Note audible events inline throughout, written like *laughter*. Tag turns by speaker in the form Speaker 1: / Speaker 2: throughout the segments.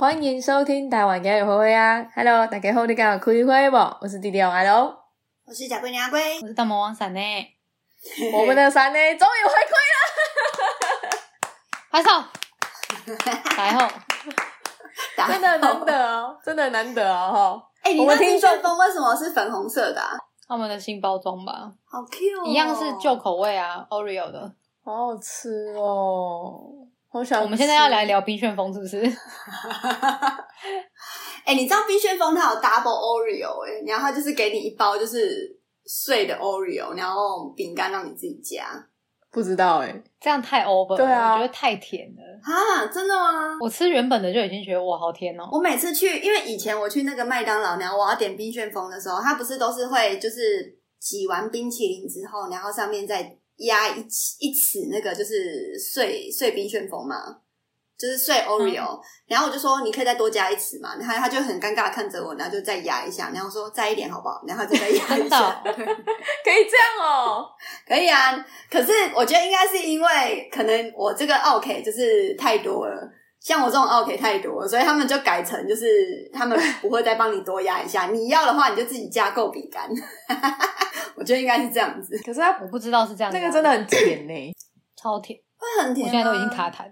Speaker 1: 欢迎收听台湾家有灰灰啊！Hello，大家好，你敢有开会不？我是弟弟阿龙，
Speaker 2: 我是贾桂娘阿龟，
Speaker 3: 我是大魔王伞呢，
Speaker 1: 我
Speaker 3: *laughs*
Speaker 1: 们的三呢终于回归
Speaker 3: 拍手，来后
Speaker 2: 打
Speaker 1: 了，真的
Speaker 2: 后
Speaker 1: 难得哦，真的难得哦哈！
Speaker 2: *laughs* 哎、你
Speaker 1: 我
Speaker 2: 那
Speaker 1: 们
Speaker 2: 听
Speaker 1: 听众
Speaker 2: 旋风为什么是粉红色的、啊？
Speaker 3: 他们的新包装吧，
Speaker 2: 好 Q，、哦、
Speaker 3: 一样是旧口味啊，Oreo 的。
Speaker 1: 好好吃哦，好想吃。
Speaker 3: 我们现在要来聊冰旋风是不是？
Speaker 2: 哎、你知道冰旋风它有 double Oreo 哎、然后它就是给你一包就是碎的 Oreo，然后饼干让你自己夹
Speaker 1: 不知道哎，
Speaker 3: 这样太 over 了，
Speaker 1: 对啊
Speaker 3: 我觉得太甜了。
Speaker 2: 啊？真的吗？
Speaker 3: 我吃原本的就已经觉得哇好甜哦，
Speaker 2: 我每次去，因为以前我去那个麦当劳，然后我要点冰旋风的时候，它不是都是会就是挤完冰淇淋之后，然后上面再压一起一匙那个就是碎碎冰旋风嘛，就是碎
Speaker 3: 嗯
Speaker 2: Oreo、然后我就说你可以再多加一匙嘛，然后他就很尴尬地看着我，然后就再压一下，然后我说再一点好不好？然后再再压一
Speaker 3: *laughs* 真的
Speaker 2: 下
Speaker 1: *laughs*
Speaker 3: 哦，
Speaker 2: 对
Speaker 1: 可以这样哦，
Speaker 2: 可以啊，可是我觉得应该是因为可能我这个 OK 就是太多了，像我这种 OK 太多了，所以他们就改成就是他们不会再帮你多压一下，你要的话你就自己加购饼干。 *laughs* 我觉得应该是这样子，
Speaker 1: 可是它
Speaker 3: 我不知道是这样子
Speaker 1: 那
Speaker 3: 啊，
Speaker 1: 个真的很啊甜呢，
Speaker 3: 超甜，
Speaker 2: 会很
Speaker 3: 我
Speaker 2: 甜吗。
Speaker 3: 现在都已经
Speaker 1: *laughs*
Speaker 3: 卡痰，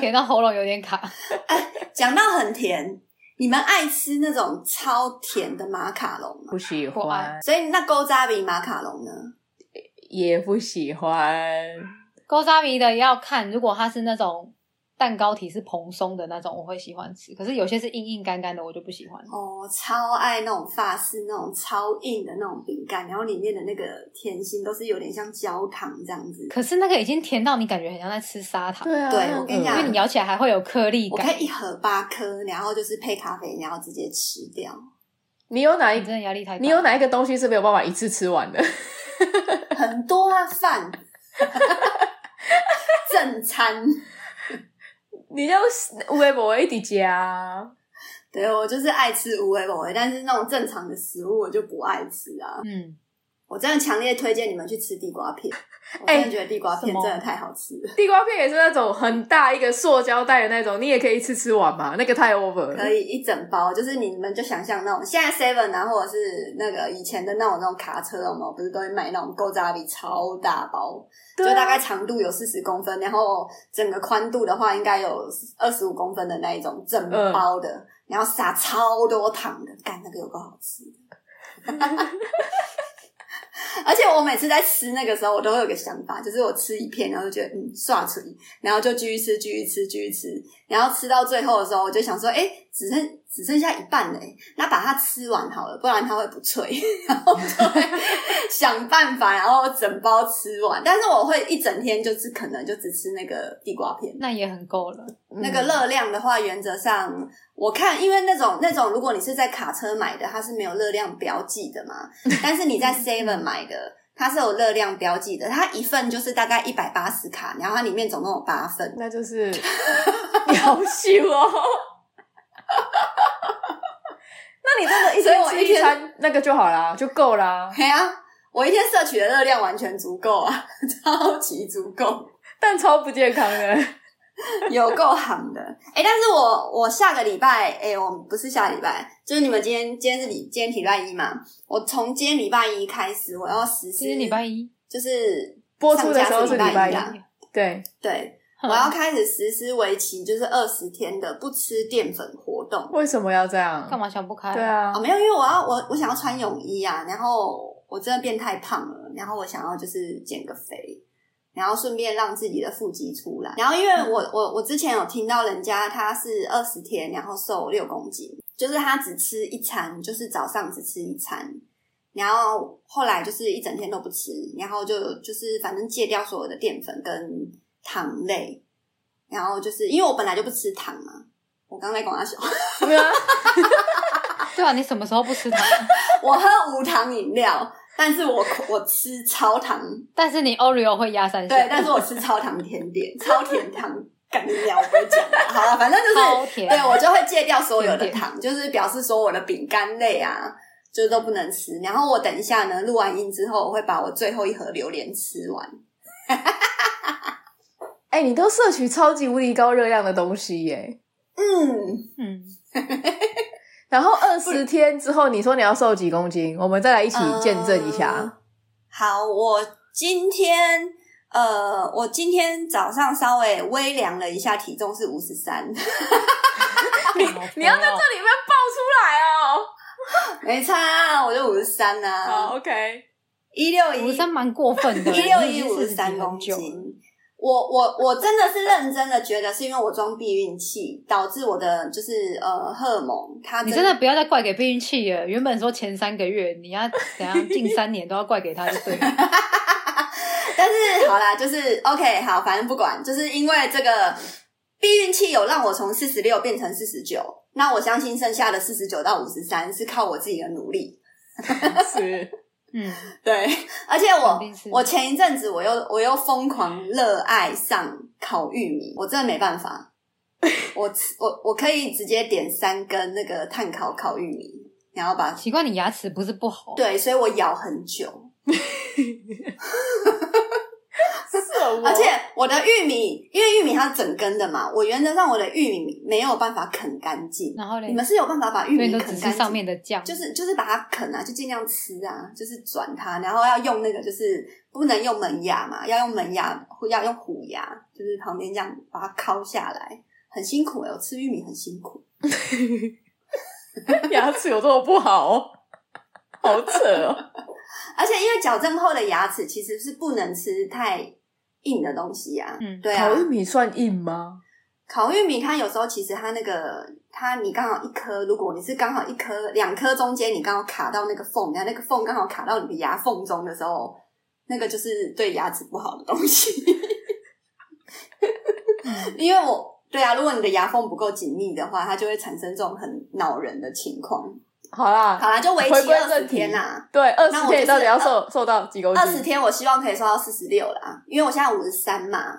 Speaker 3: 甜到喉咙有点卡。
Speaker 2: 讲到很甜，你们爱吃那种超甜的马卡龙吗？
Speaker 1: 不喜
Speaker 3: 我
Speaker 1: 欢
Speaker 3: 爱，
Speaker 2: 所以那勾扎比马卡龙呢？
Speaker 1: 也不喜欢，
Speaker 3: 勾扎米的要看，如果它是那种蛋糕体是蓬松的那种，我会喜欢吃。可是有些是硬硬干干的，我就不喜欢。
Speaker 2: 哦，超爱那种法式那种超硬的那种饼干，然后里面的那个甜心都是有点像焦糖这样子。
Speaker 3: 可是那个已经甜到你感觉很像在吃砂糖，
Speaker 1: 对啊，
Speaker 2: 对
Speaker 1: 很
Speaker 2: 我跟你
Speaker 1: 恶
Speaker 2: 讲
Speaker 3: 因为你咬起来还会有颗粒
Speaker 2: 我
Speaker 3: 感
Speaker 2: 可。以一盒八颗，然后就是配咖啡，然后直接吃掉。
Speaker 1: 你有哪
Speaker 3: 你
Speaker 1: 一
Speaker 3: 真的压力太大。
Speaker 1: 你有哪一个东西是没有办法一次吃完的？ *laughs*
Speaker 2: 很多啊，饭， *laughs* 正餐。
Speaker 1: 你就微博一直加，啊
Speaker 2: 对我就是爱吃无为果，但是那种正常的食物我就不爱吃啊。
Speaker 3: 嗯，
Speaker 2: 我真的强烈推荐你们去吃地瓜片，我真的觉得地瓜片
Speaker 3: 哎什么
Speaker 2: 真的太好吃了。
Speaker 1: 地瓜片也是那种很大一个塑胶袋的那种，你也可以一次吃完嘛，那个太 over 了。
Speaker 2: 可以一整包，就是你们就想象那种现在 Seven 啊，或者是那个以前的那种那种卡车，有没有？不是都会卖那种勾扎比超大包，
Speaker 1: 对啊
Speaker 2: 就大概长度有四十公分，然后整个宽度的话应该有二十五公分的那一种整
Speaker 1: 嗯
Speaker 2: 包的，然后撒超多糖的，干那个有够好吃的。 *laughs* 而且我每次在吃那个时候，我都会有个想法，就是我吃一片，然后就觉得嗯刷嘴，然后就继续吃，继续吃，继续吃，然后吃到最后的时候，我就想说，哎、只剩只剩下一半了、诶那把它吃完好了，不然它会不脆。然后就会 *laughs* 想办法，然后整包吃完。但是我会一整天就是可能就只吃那个地瓜
Speaker 1: 嗯
Speaker 2: 片，
Speaker 3: 那也很够了。
Speaker 2: 那个热量的话，原则上我看，因为那种那种，如果你是在卡车买的，它是没有热量标记
Speaker 1: *laughs*
Speaker 2: 的嘛。但是你在
Speaker 1: 嗯
Speaker 2: Seven 买的，它是有热量标记的，它一份就是大概一百八十卡，然后它里面总共有八份。
Speaker 1: 那就是
Speaker 2: *laughs*
Speaker 1: 你好秀哦。那你真的一
Speaker 2: 所以
Speaker 1: 天
Speaker 2: 我
Speaker 1: 吃
Speaker 2: 一
Speaker 1: 一
Speaker 2: 天
Speaker 1: 餐那个就好啦，就够啦。
Speaker 2: 对啊，我一天摄取的热量完全足够啊， *laughs* 超级足够。
Speaker 1: 但超不健康
Speaker 2: *laughs*
Speaker 1: 的，
Speaker 2: 有够行的，哎、但是我我下个礼拜，哎、我们不是下礼拜，就是你们今天今天是礼今天礼拜一嘛，我从今天礼拜一开始，我要实施，
Speaker 3: 今天礼拜一，
Speaker 2: 就是
Speaker 1: 播出的时候是
Speaker 2: 上
Speaker 1: 礼
Speaker 2: 架是礼拜
Speaker 1: 拜一嗯
Speaker 2: 一，啊
Speaker 1: 对，
Speaker 2: 对，
Speaker 3: 哼
Speaker 2: 我要开始实施为期就是二十天的不吃淀粉活动。
Speaker 1: 为什么要这样？
Speaker 3: 干嘛想不开？
Speaker 1: 对，啊
Speaker 2: 啊，，没有，因为我要我我想要穿泳衣啊，然后我真的变太胖了，然后我想要就是减个肥，然后顺便让自己的腹肌出来。然后因为我我我之前有听到人家他是二十天然后瘦六公斤，就是他只吃一餐，就是早上只吃一餐。然后后来就是一整天都不吃，然后就就是反正戒掉所有的淀粉跟糖类，然后就是因为我本来就不吃糖嘛，我刚才讲阿小，
Speaker 1: 没有啊， *laughs*
Speaker 3: 对啊，你什么时候
Speaker 2: *laughs*
Speaker 3: 不吃糖？
Speaker 2: 我喝无糖饮料，但是我我吃超糖，
Speaker 3: 但是你 Oreo 会压三下，
Speaker 2: 对，但是我吃超糖甜点，超甜糖。干你娘！我不会讲了。好了，反正就是，
Speaker 3: 超甜
Speaker 2: 对我就会戒掉所有的
Speaker 3: 甜点
Speaker 2: 糖，就是表示说我的饼干类啊，就是都不能吃。然后我等一下呢，录完音之后，我会把我最后一盒榴莲吃完。
Speaker 1: 哎、你都摄取超级无敌高热量的东西耶，
Speaker 2: 嗯，
Speaker 3: 嗯，
Speaker 1: 然后二十天之后，你说你要瘦几公斤？我们再来一起见证一下。
Speaker 2: 呃好，我今天呃，我今天早上稍微微量了一下，体重是五十三， *laughs*
Speaker 3: 哦
Speaker 1: 你要在
Speaker 2: 哦
Speaker 1: 这里面爆出来哦。
Speaker 2: 没差啊，我就五十三呐，
Speaker 1: 好，OK，
Speaker 2: *laughs* 一六
Speaker 3: 五十
Speaker 2: 一
Speaker 3: 三蛮过分的，
Speaker 2: 一六
Speaker 3: 你已
Speaker 2: 一
Speaker 3: 经
Speaker 2: 五十
Speaker 3: 40
Speaker 2: 三
Speaker 3: 几
Speaker 2: 公
Speaker 3: 很久
Speaker 2: 斤
Speaker 3: 了。
Speaker 2: 我我我真的是认真的觉得是因为我装避孕器导致我的就是呃荷尔蒙，它
Speaker 3: 你真的不要再怪给避孕器了。原本说前三个月，你要怎样近三年都要怪给他就
Speaker 2: *laughs*
Speaker 3: 对了。
Speaker 2: 但是好啦，就是 OK，好，反正不管，就是因为这个避孕器有让我从四十六变成四十九，那我相信剩下的四十九到五十三是靠我自己的努力。
Speaker 1: 是
Speaker 3: 嗯，
Speaker 2: 对，而且
Speaker 3: 肯
Speaker 2: 我
Speaker 3: 定是
Speaker 2: 我前一阵子我又我又疯狂热爱上烤玉米，我真的没办法， *laughs* 我吃我我可以直接点三根那个碳烤烤玉米，然后把
Speaker 3: 奇怪，你牙齿不是不好，
Speaker 2: 对，所以我咬很久，
Speaker 3: 哦
Speaker 1: 是我，
Speaker 2: 而且我的玉米，因为玉米它是整根的嘛，我原则上我的玉米没有办法啃干净。
Speaker 3: 然后嘞
Speaker 2: 你们是有办法把玉
Speaker 3: 所以
Speaker 2: 米
Speaker 3: 你都
Speaker 2: 啃
Speaker 3: 只
Speaker 2: 干
Speaker 3: 是
Speaker 2: 净？
Speaker 3: 上面的酱，
Speaker 2: 就是就是把它啃啊，就尽量吃啊，就是转它，然后要用那个就是不能用门牙嘛，要用门牙或要用虎牙，就是旁边这样把它敲下来，很辛苦哎、我吃玉米很辛苦。
Speaker 1: 牙齿有这么不好 *laughs* 哦，好扯哦。
Speaker 2: 而且因为矫正后的牙齿其实是不能吃太硬的东西啊，
Speaker 3: 嗯
Speaker 2: 对啊，
Speaker 1: 烤玉米算硬吗？
Speaker 2: 烤玉米，它有时候其实它那个它你刚好一颗，如果你是刚好一颗两颗中间，你刚好卡到那个缝，然后那个缝刚好卡到你的牙缝中的时候，那个就是对牙齿不好的东西。
Speaker 1: 嗯
Speaker 2: *laughs* 因为我对啊，如果你的牙缝不够紧密的话，它就会产生这种很恼人的情况。
Speaker 1: 好啦，
Speaker 2: 好啦，就为
Speaker 1: 回
Speaker 2: 期
Speaker 1: 归
Speaker 2: 二十
Speaker 1: 正题
Speaker 2: 天啦、
Speaker 1: 对，二
Speaker 2: 那
Speaker 1: 十
Speaker 2: 我
Speaker 1: 天
Speaker 2: 就是
Speaker 1: 你到底要瘦瘦到几公斤？
Speaker 2: 二十天我希望可以瘦到四十六啦，因为我现在五十三嘛，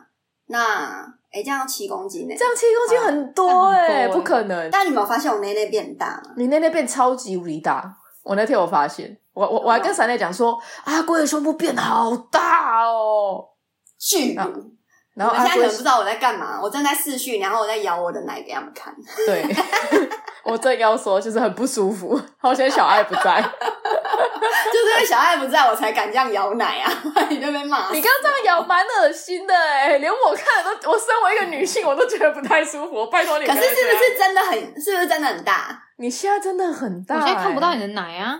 Speaker 2: 那诶、这样要七公斤呢、
Speaker 1: 这样七公斤很多
Speaker 3: 好这样很
Speaker 1: 哎、
Speaker 3: 多欸
Speaker 1: 不可能。
Speaker 2: 但你们有发现我内内变大吗？
Speaker 1: 你那天变超级无敌大，我那天我发现，我我我还跟闪磊讲说，阿龟的胸部变好大哦。
Speaker 2: 巨乳。
Speaker 1: 啊然后
Speaker 2: 你们
Speaker 1: 阿
Speaker 2: 现
Speaker 1: 龟
Speaker 2: 在可能不知道我在干嘛，我正在试训，然后我在摇我的奶给他们看。 *laughs*
Speaker 1: 对， *laughs* 我正要说就是很不舒服，好险小爱不在。
Speaker 2: 就是因为小爱不在我才敢这样摇奶啊， *laughs* 你就被骂
Speaker 1: *laughs* 你。刚刚这样咬蛮恶心的哎、连我看了都，我身为一个女性，我都觉得不太舒服。拜托你，
Speaker 2: 可是是不？是真的很，是不是真的很大？
Speaker 1: 你现在真的很大、
Speaker 3: 我
Speaker 1: 欸，
Speaker 3: 现在看不到你
Speaker 2: 哎
Speaker 3: 的奶啊，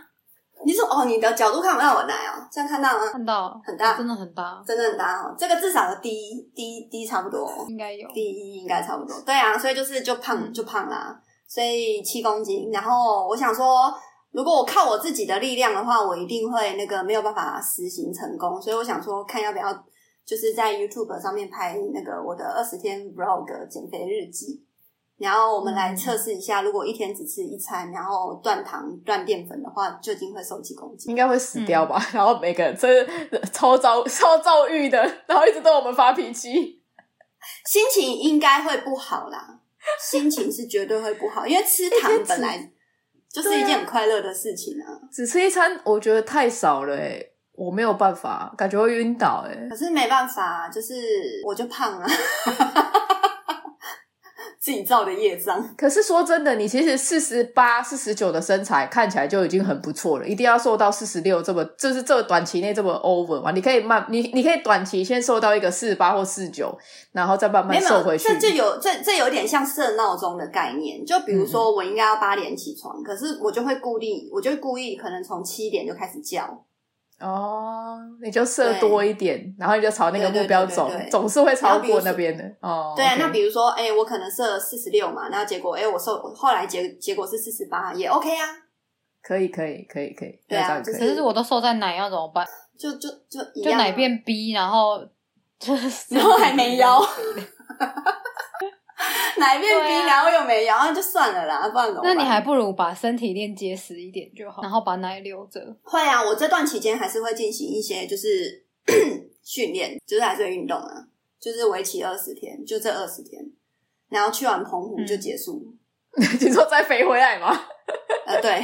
Speaker 2: 你说哦，你的角度看不到我奶哦，这样看到吗？
Speaker 3: 看到
Speaker 2: 很大
Speaker 3: 真的很大，
Speaker 2: 真的很大哦，这个至少第一、第一、第一差不多，哦
Speaker 3: 应该有。
Speaker 2: 第一应该差不多。对啊，所以就是就胖就胖啦，所以七公斤。然后我想说，如果我靠我自己的力量的话，我一定会那个没有办法实行成功。所以我想说，看要不要就是在 YouTube 上面拍那个我的二十天 Vlog 减肥日记。然后我们来测试一下，如果一天只吃一餐，然后断糖、断淀粉的话，究竟会瘦几公斤
Speaker 1: 应？该会死掉吧？然后每个人真的超遭 *laughs* 超遭遇的，然后一直对我们发脾气。
Speaker 2: 心情应该会不好
Speaker 1: *laughs*
Speaker 2: 啦，心情是绝对会不好，因为吃糖本来就是一件很快乐的事情啊。
Speaker 1: 只吃一餐，我觉得太少了哎、我没有办法，感觉会晕倒哎、
Speaker 2: 可是没办法、就是我就胖啊， *laughs* 自己造的业障。
Speaker 1: 可是说真的，你其实四十八、四十九的身材看起来就已经很不错了，一定要瘦到四十六这么，就是这短期内这么 over 嘛？你可以慢，你你可以短期先瘦到一个四十八或四十九，然后再慢
Speaker 2: 没
Speaker 1: 慢瘦
Speaker 2: 有，
Speaker 1: 回去。
Speaker 2: 这就有这这有点像设闹钟的概念。就比如
Speaker 1: 嗯
Speaker 2: 说，我应该要八点起床，可是我就会固定，我就会故意可能从七点就开始叫。
Speaker 1: 哦，你就设多一点，然后你就朝那个目标走，
Speaker 2: 对对对对对
Speaker 1: 总是会超过那边的。哦，
Speaker 2: 对啊
Speaker 1: OK
Speaker 2: 那比如说，哎、我可能设四十六嘛，那结果哎、我瘦，后来结结果是四十八，也 OK 啊。
Speaker 1: 可以可以可以可以，
Speaker 2: 对啊
Speaker 1: 那这样
Speaker 2: 就
Speaker 1: 可
Speaker 3: 可
Speaker 1: 以。 *laughs*
Speaker 3: 是我都瘦在奶要怎么办？
Speaker 2: 就就就一
Speaker 3: 就
Speaker 2: 样啊
Speaker 3: 奶，变 B，然 *laughs* 后就是
Speaker 2: 然后还没
Speaker 3: *laughs*
Speaker 2: 腰， *laughs* 奶变
Speaker 3: 对
Speaker 2: 冰，
Speaker 3: 啊
Speaker 2: 然后又没腰，那就算了啦，不然怎么
Speaker 3: 那
Speaker 2: 办
Speaker 3: 你还不如把身体练结实一点就好，然后把奶留着。
Speaker 2: 会啊？我这段期间还是会进行一些就是 *coughs* 训练，就是还是会运动啊，就是为期二十天，就这二十天，然后去完
Speaker 3: 嗯
Speaker 2: 澎湖就结束。 *laughs*
Speaker 1: 你说再飞回来吗？
Speaker 2: 呃，对，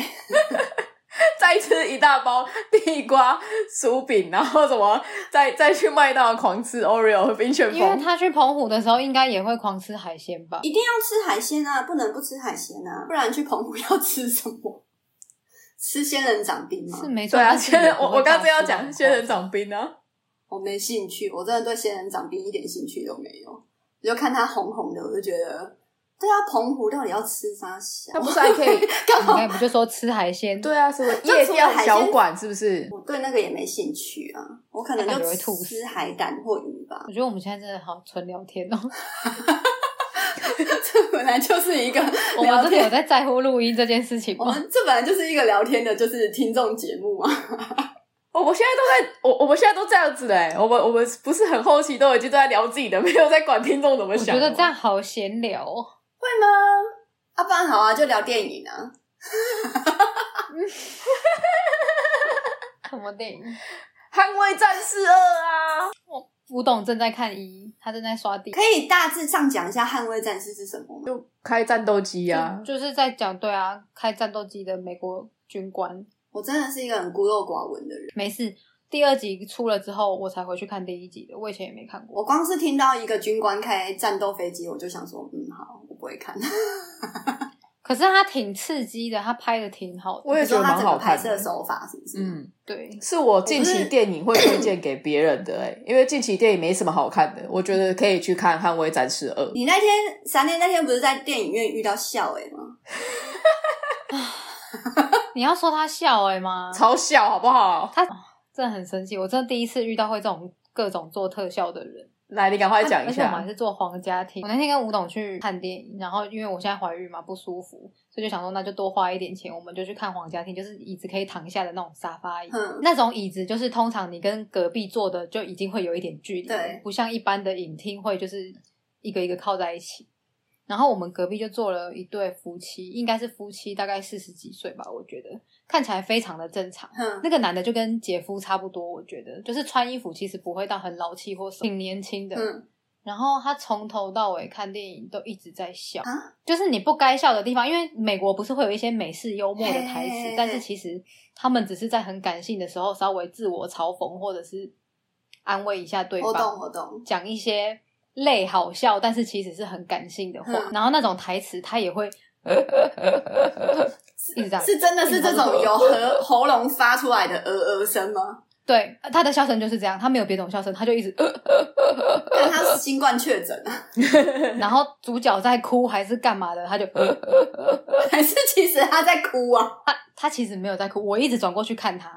Speaker 1: *laughs* 再吃一大包地瓜薯饼，然后什么再再去麦当劳狂吃 Oreo 和冰旋
Speaker 3: 因为
Speaker 1: 风。
Speaker 3: 他去澎湖的时候，应该也会狂吃海鲜吧？
Speaker 2: 一定要吃海鲜啊，不能不吃海鲜啊，不然去澎湖要吃什么？ *laughs* 吃仙人掌冰吗
Speaker 3: 是？没错。
Speaker 1: 对啊，
Speaker 3: 但是哦
Speaker 1: 仙人
Speaker 3: 也不
Speaker 1: 我
Speaker 3: 会
Speaker 1: 我刚
Speaker 3: 到
Speaker 1: 才要
Speaker 3: 吃
Speaker 1: 讲
Speaker 3: 到
Speaker 1: 仙人
Speaker 3: 很
Speaker 1: 掌冰啊，
Speaker 2: 我没兴趣，我真的对仙人掌冰一点兴趣都没有。我就看它红红的，我就觉得，对啊，澎湖到底要吃啥小
Speaker 1: 它？不是还 *laughs* 可以？
Speaker 2: 干
Speaker 3: 快。你
Speaker 2: 嘛？
Speaker 3: 该不就说吃海鲜？
Speaker 1: 对啊，什么
Speaker 2: 除了
Speaker 1: 夜钓
Speaker 2: 海鲜
Speaker 1: 小馆是不是？
Speaker 2: 我对那个也没兴趣啊，我可能
Speaker 3: 那感觉会
Speaker 2: 就
Speaker 3: 吐死
Speaker 2: 吃海胆或鱼吧。 *laughs*
Speaker 3: 我觉得我们现在真的好纯聊天哦，
Speaker 2: 这本来就是一个
Speaker 3: 我
Speaker 2: 聊
Speaker 3: 们真的
Speaker 2: 天
Speaker 3: 有在在乎录音这件事情
Speaker 2: 我
Speaker 3: 吗？
Speaker 1: 哦
Speaker 2: 们这本来就是一个聊天的，就是听众节目啊。 *laughs*
Speaker 1: 我我现在都在，我我们现在都这样子嘞、我们我们不是很后期都已经都在聊自己的，没 *laughs* 有在管听众怎么
Speaker 3: 我
Speaker 1: 想
Speaker 3: 觉
Speaker 1: 的。
Speaker 3: 得这样好闲聊哦，
Speaker 2: 会吗？啊，不然好啊，就聊电影啊。
Speaker 3: 什么电影？
Speaker 1: 捍卫战士二》啊，
Speaker 3: 吴董正在看一，他正在刷地，
Speaker 2: 可以大致上讲一下《捍卫战士》是什么吗？
Speaker 1: 就开战斗机啊，
Speaker 3: 就就是在讲对啊，开战斗机的美国军官。
Speaker 2: 我真的是一个很孤陋寡闻的人，
Speaker 3: 没事，第二集出了之后，我才回去看第一集的，我以前也没看过。
Speaker 2: 我光是听到一个军官开战斗飞机，我就想说，嗯，好，我不会看。
Speaker 3: 可是他挺刺激的，他拍的挺好的。
Speaker 1: 我也
Speaker 2: *laughs* 你
Speaker 1: 觉
Speaker 2: 说
Speaker 1: 得
Speaker 2: 他
Speaker 1: 蛮
Speaker 2: 整
Speaker 1: 好
Speaker 2: 个
Speaker 1: 看
Speaker 2: 拍
Speaker 1: 的
Speaker 2: 摄手法是不是？，
Speaker 1: 嗯，
Speaker 3: 对，
Speaker 1: 是我近期电影会推荐给别人的哎、因为近期电影没什么好看的，我觉得可以去看《捍卫战士二》。
Speaker 2: 你那天闪电那天不是在电影院遇到笑诶吗？
Speaker 3: 你要说他笑哎、吗？
Speaker 1: 超笑好不好？
Speaker 3: 他真的很生气，我真的第一次遇到会这种各种做特效的人。
Speaker 1: 来，你赶快讲一
Speaker 3: 而且我们
Speaker 1: 下
Speaker 3: 还。是做皇家厅。我那天跟吴董去看电影，然后因为我现在怀孕嘛不舒服，所以就想说那就多花一点钱，我们就去看皇家厅，就是椅子可以躺下的那种沙发椅。
Speaker 2: 嗯
Speaker 3: 那种椅子就是通常你跟隔壁坐的就已经会有一点距离，
Speaker 2: 对
Speaker 3: 不像一般的影厅会就是一个一个靠在一起。然后我们隔壁就坐了一对夫妻，应该是夫妻，大概四十几岁吧，我觉得看起来非常的正常。
Speaker 2: 哼，
Speaker 3: 那个男的就跟姐夫差不多，我觉得就是穿衣服其实不会到很老气或什么，挺年轻的。
Speaker 2: 嗯
Speaker 3: 然后他从头到尾看电影都一直在笑，
Speaker 2: 啊
Speaker 3: 就是你不该笑的地方，因为美国不是会有一些美式幽默的台
Speaker 2: 嘿嘿
Speaker 3: 词
Speaker 2: 嘿，
Speaker 3: 但是其实他们只是在很感性的时候稍微自我嘲讽或者是安慰一下对
Speaker 2: 我
Speaker 3: 方
Speaker 2: 懂，我懂。
Speaker 3: 讲一些类好笑，但是其实是很感性的话，
Speaker 2: 嗯
Speaker 3: 然后那种台词他
Speaker 2: *laughs*
Speaker 3: 也会一直这样，
Speaker 2: 是真的是这种由喉喉咙发出来的呃呃声
Speaker 3: *laughs*
Speaker 2: 吗？
Speaker 3: 对，他的笑声就是这样，他没有别种笑声，他就一直
Speaker 2: 但他是新冠确诊啊， *laughs*
Speaker 3: 然后主角在哭还是干嘛的，他就
Speaker 2: 还是其实他在哭啊？
Speaker 3: 他其实没有在哭，我一直转过去看他，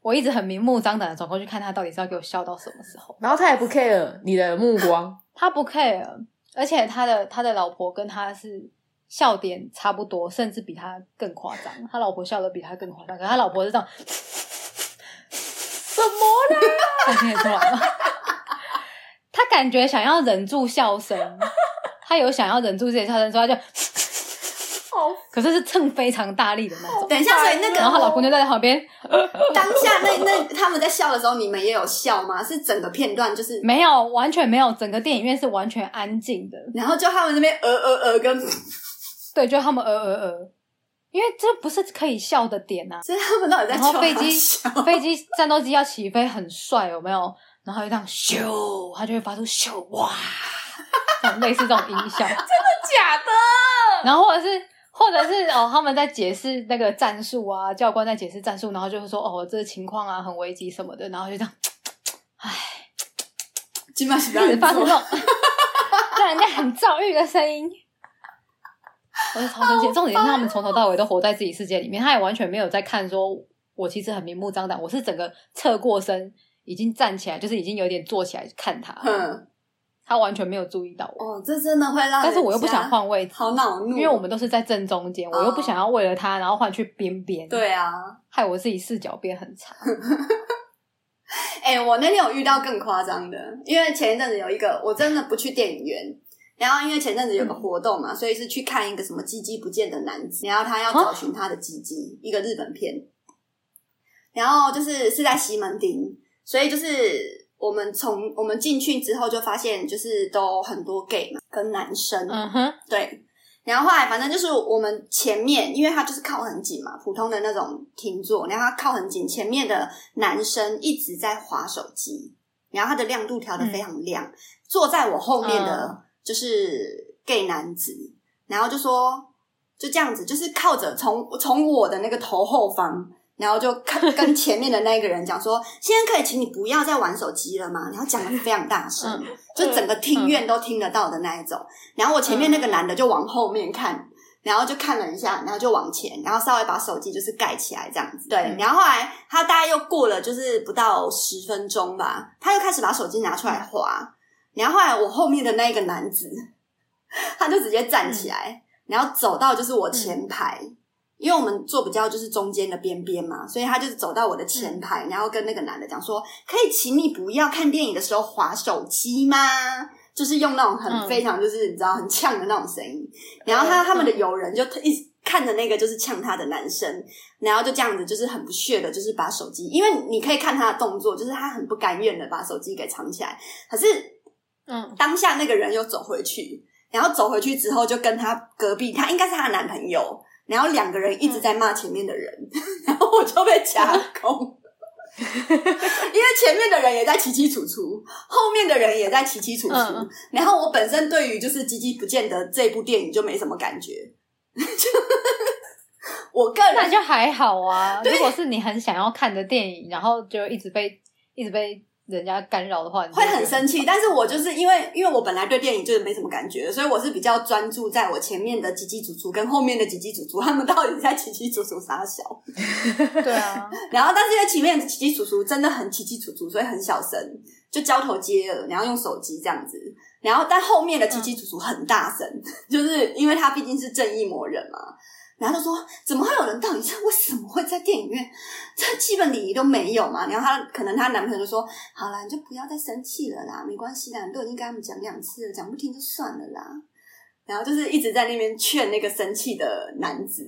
Speaker 3: 我一直很明目张胆的转过去看他，到底是要给我笑到什么时候？
Speaker 1: 然后他也不 care 你的目光，
Speaker 3: 他不 care，而且他的他的老婆跟他是笑点差不多，甚至比他更夸张。他老婆笑的比他更夸张，可他老婆是这样，
Speaker 1: 什么
Speaker 3: *laughs*
Speaker 1: 啦？
Speaker 3: 他听得出来吗？他感觉想要忍住笑声，他有想要忍住自己的笑声，所以他就，
Speaker 1: 好
Speaker 3: 可是是蹭非常大力的那种。
Speaker 2: 等一下，所以那
Speaker 3: 啊然后她
Speaker 2: 个
Speaker 3: 老公就在旁边，
Speaker 2: 当下那那他们在笑的时候，你们也有笑吗？是整个片段就是，
Speaker 3: 没有，完全没有，整个电影院是完全安静的。
Speaker 2: 然后就他们那边呃呃呃跟，。
Speaker 3: 对，就他们呃呃呃，因为这不是可以笑的点啊
Speaker 2: 所以他们到底在
Speaker 3: 然后
Speaker 2: 笑
Speaker 3: 飞
Speaker 2: 他
Speaker 3: 机
Speaker 2: 笑
Speaker 3: 飞机战斗机要起飞很帅，有没有？然后就这样咻，它就会发出咻哇，这种类似这种音效。
Speaker 1: 假的？
Speaker 3: 然后或者是或者是哦，他们在解释那个战术啊，教官在解释战术，然后就会说哦，这个情况啊很危急什么的，然后就这样，唉，
Speaker 2: 金马喜
Speaker 3: 一 *laughs* 直
Speaker 2: 人
Speaker 3: 发出那种让人家很躁郁的声音。 *laughs* 哦我是超生气，重点是他们从头到尾都活在自己世界里面，他也完全没有在看说，我其实很明目张胆，我是整个侧过身，已经站起来，就是已经有点坐起来看他，
Speaker 2: 嗯，
Speaker 3: 他完全没有注意到我，
Speaker 2: 哦，这真的会让人家，
Speaker 3: 但是我又不想换位置，
Speaker 2: 好恼怒，
Speaker 3: 因为我哦们都是在正中间，我又不想要为了他然后换去边边，，
Speaker 2: 对啊，
Speaker 3: 害我自己视角变很差。
Speaker 2: *laughs* 哎、我那天有遇到更夸张的，因为前一阵子有一个，我真的不去电影院。然后因为前阵子有个活动嘛，所以是去看一个什么鸡鸡不见的男子，然后他要找寻他的鸡鸡，一个日本片。然后就是是在西门町，所以就是我们从我们进去之后就发现，就是都很多 gay 嘛，跟男生。
Speaker 3: 嗯哼，
Speaker 2: 对，然后后来反正就是我们前面，因为他就是靠很紧嘛，普通的那种停坐，然后他靠很紧，前面的男生一直在划手机，然后他的亮度调的非常亮，坐在我后面的就是 gay 男子，然后就说就这样子，就是靠着从从我的那个头后方。然后就跟跟前面的那个人讲说：“先生，可以请你不要再玩手机了吗？”然后讲的非常大声，
Speaker 3: 嗯
Speaker 2: 就整个庭院都听得到的那一种。然后我前面那个男的就往后面看，然后就看了一下，然后就往前，然后稍微把手机就是盖起来这样子。对，
Speaker 3: 嗯
Speaker 2: 然后后来他大概又过了就是不到十分钟吧，他又开始把手机拿出来划。然后后来我后面的那个男子，他就直接站起来，然后走到就是我前排。因为我们坐比较就是中间的边边嘛，所以他就是走到我的前排，然后跟那个男的讲说：“可以请你不要看电影的时候划手机吗？”就是用那种很
Speaker 3: 嗯
Speaker 2: 非常就是你知道很呛的那种声音，然后他他们的友人就一直看着那个就是呛他的男生，然后就这样子就是很不屑的，就是把手机，因为你可以看他的动作，就是他很不甘愿的把手机给藏起来，可是
Speaker 3: 嗯，
Speaker 2: 当下那个人又走回去，然后走回去之后就跟他隔壁，他应该是她的男朋友，然后两个人一直在骂前面的人，然后我就被夹攻。因为前面的人也在起起楚楚，后面的人也在起起楚楚，
Speaker 3: 嗯嗯
Speaker 2: 然后我本身对于就是《吉吉不见得》这部电影就没什么感觉， *laughs* 就我个 *laughs* 人
Speaker 3: 那就还好啊。如果是你很想要看的电影，然后就一直被一直被人家干扰的话，你就
Speaker 2: 会很
Speaker 3: 觉得
Speaker 2: 生气，但是我就是因为因为我本来对电影就是没什么感觉，所以我是比较专注在我前面的几几主厨跟后面的几几主厨，他们到底在几几主厨啥小。
Speaker 3: 对啊，
Speaker 2: 然后，但是因为前面的起起楚楚真的很起起楚楚，所以很小声，就交头接耳，然后用手机这样子。然后，但后面的起起楚楚很大声，
Speaker 3: 嗯
Speaker 2: *laughs* 就是因为他毕竟是正义魔人嘛。然后就说：“怎么会有人到底是为什么会在电影院？这基本礼仪都没有嘛。”然后她可能她男朋友就说：“好啦，你就不要再生气了啦，没关系啦，你都已经跟他们讲两次了，讲不听就算了啦。”然后就是一直在那边劝那个生气的男子。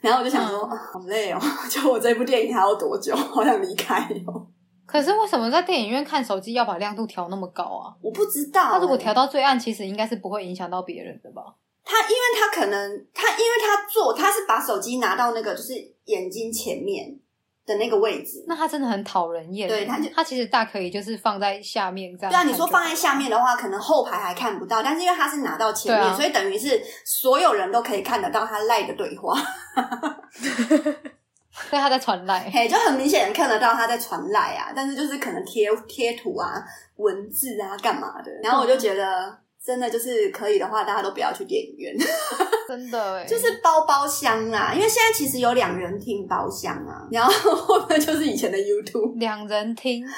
Speaker 2: 然后我就想说，
Speaker 3: 嗯
Speaker 2: 啊好累哦， *laughs* 就我这部电影还要多久？好想离开哦。
Speaker 3: *laughs* 可是为什么在电影院看手机要把亮度调那么高啊？
Speaker 2: 我不知道欸、
Speaker 3: 它如果调到最暗，其实应该是不会影响到别人的吧？
Speaker 2: 他，因为他可能他，因为他做，他是把手机拿到那个就是眼睛前面的那个位置。
Speaker 3: 那它真的很讨人厌。
Speaker 2: 对它就
Speaker 3: 它其实大可以就是放在下面这样
Speaker 2: 对啊，
Speaker 3: 看就好。
Speaker 2: 你说放在下面的话，可能后排还看不到，但是因为他是拿到前面，
Speaker 3: 对啊
Speaker 2: 所以等于是所有人都可以看得到他赖的对话。 *laughs*
Speaker 3: 对，它在传
Speaker 2: *laughs*
Speaker 3: 来。
Speaker 2: 嘿，就很明显看得到他在传来啊，但是就是可能贴贴图啊、文字啊、干嘛的。然后我就觉得，真的就是可以的话，大家都不要去电影院。
Speaker 3: 真的哎，
Speaker 2: 就是包包厢啦，因为现在其实有两人听包厢啊，然后 *laughs* 后面就是以前的 YouTube，
Speaker 3: 两人听，你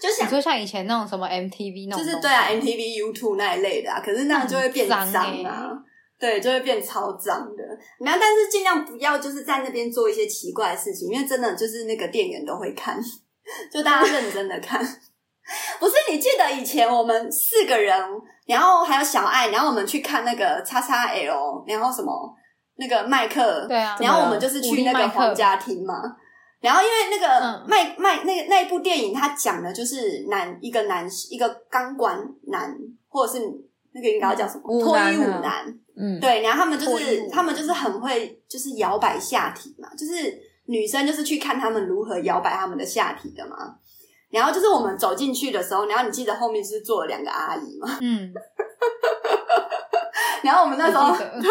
Speaker 2: 就想
Speaker 3: 说像以前那种什么 MTV 那
Speaker 2: 就
Speaker 3: 种东西，
Speaker 2: 是对啊 MTV YouTube 那一类的啊，可是那样就会变脏
Speaker 3: 很脏
Speaker 2: 啊
Speaker 3: 欸，
Speaker 2: 对，就会变超脏的。然后但是尽量不要就是在那边做一些奇怪的事情，因为真的就是那个店员都会看，就大家认真的看。不是你记得以前我们四个人，然后还有小爱，然后我们去看那个叉叉 L，然后什么那个麦克，
Speaker 3: 对啊
Speaker 2: 然后我们就是去那
Speaker 3: 武力
Speaker 2: 个
Speaker 3: 麦克
Speaker 2: 皇家厅嘛。然后因为那个
Speaker 3: 嗯
Speaker 2: 麦麦、那个那一部电影，它讲的就是男一个男一个钢管男，或者是那个应该叫什么
Speaker 3: 嗯
Speaker 1: 舞
Speaker 2: 脱
Speaker 1: 男
Speaker 2: 衣舞
Speaker 1: 啊
Speaker 2: 男，
Speaker 1: 嗯，
Speaker 2: 对，然后他们就
Speaker 3: 脱衣
Speaker 2: 是
Speaker 3: 舞
Speaker 2: 他们就是很会就是摇摆下体嘛，就是女生就是去看他们如何摇摆他们的下体的嘛。然后就是我们走进去的时候，然后你记得后面就是坐了两个阿姨嘛，
Speaker 3: 嗯，
Speaker 2: *laughs* 然后我们那时候
Speaker 3: 我记得
Speaker 2: 对，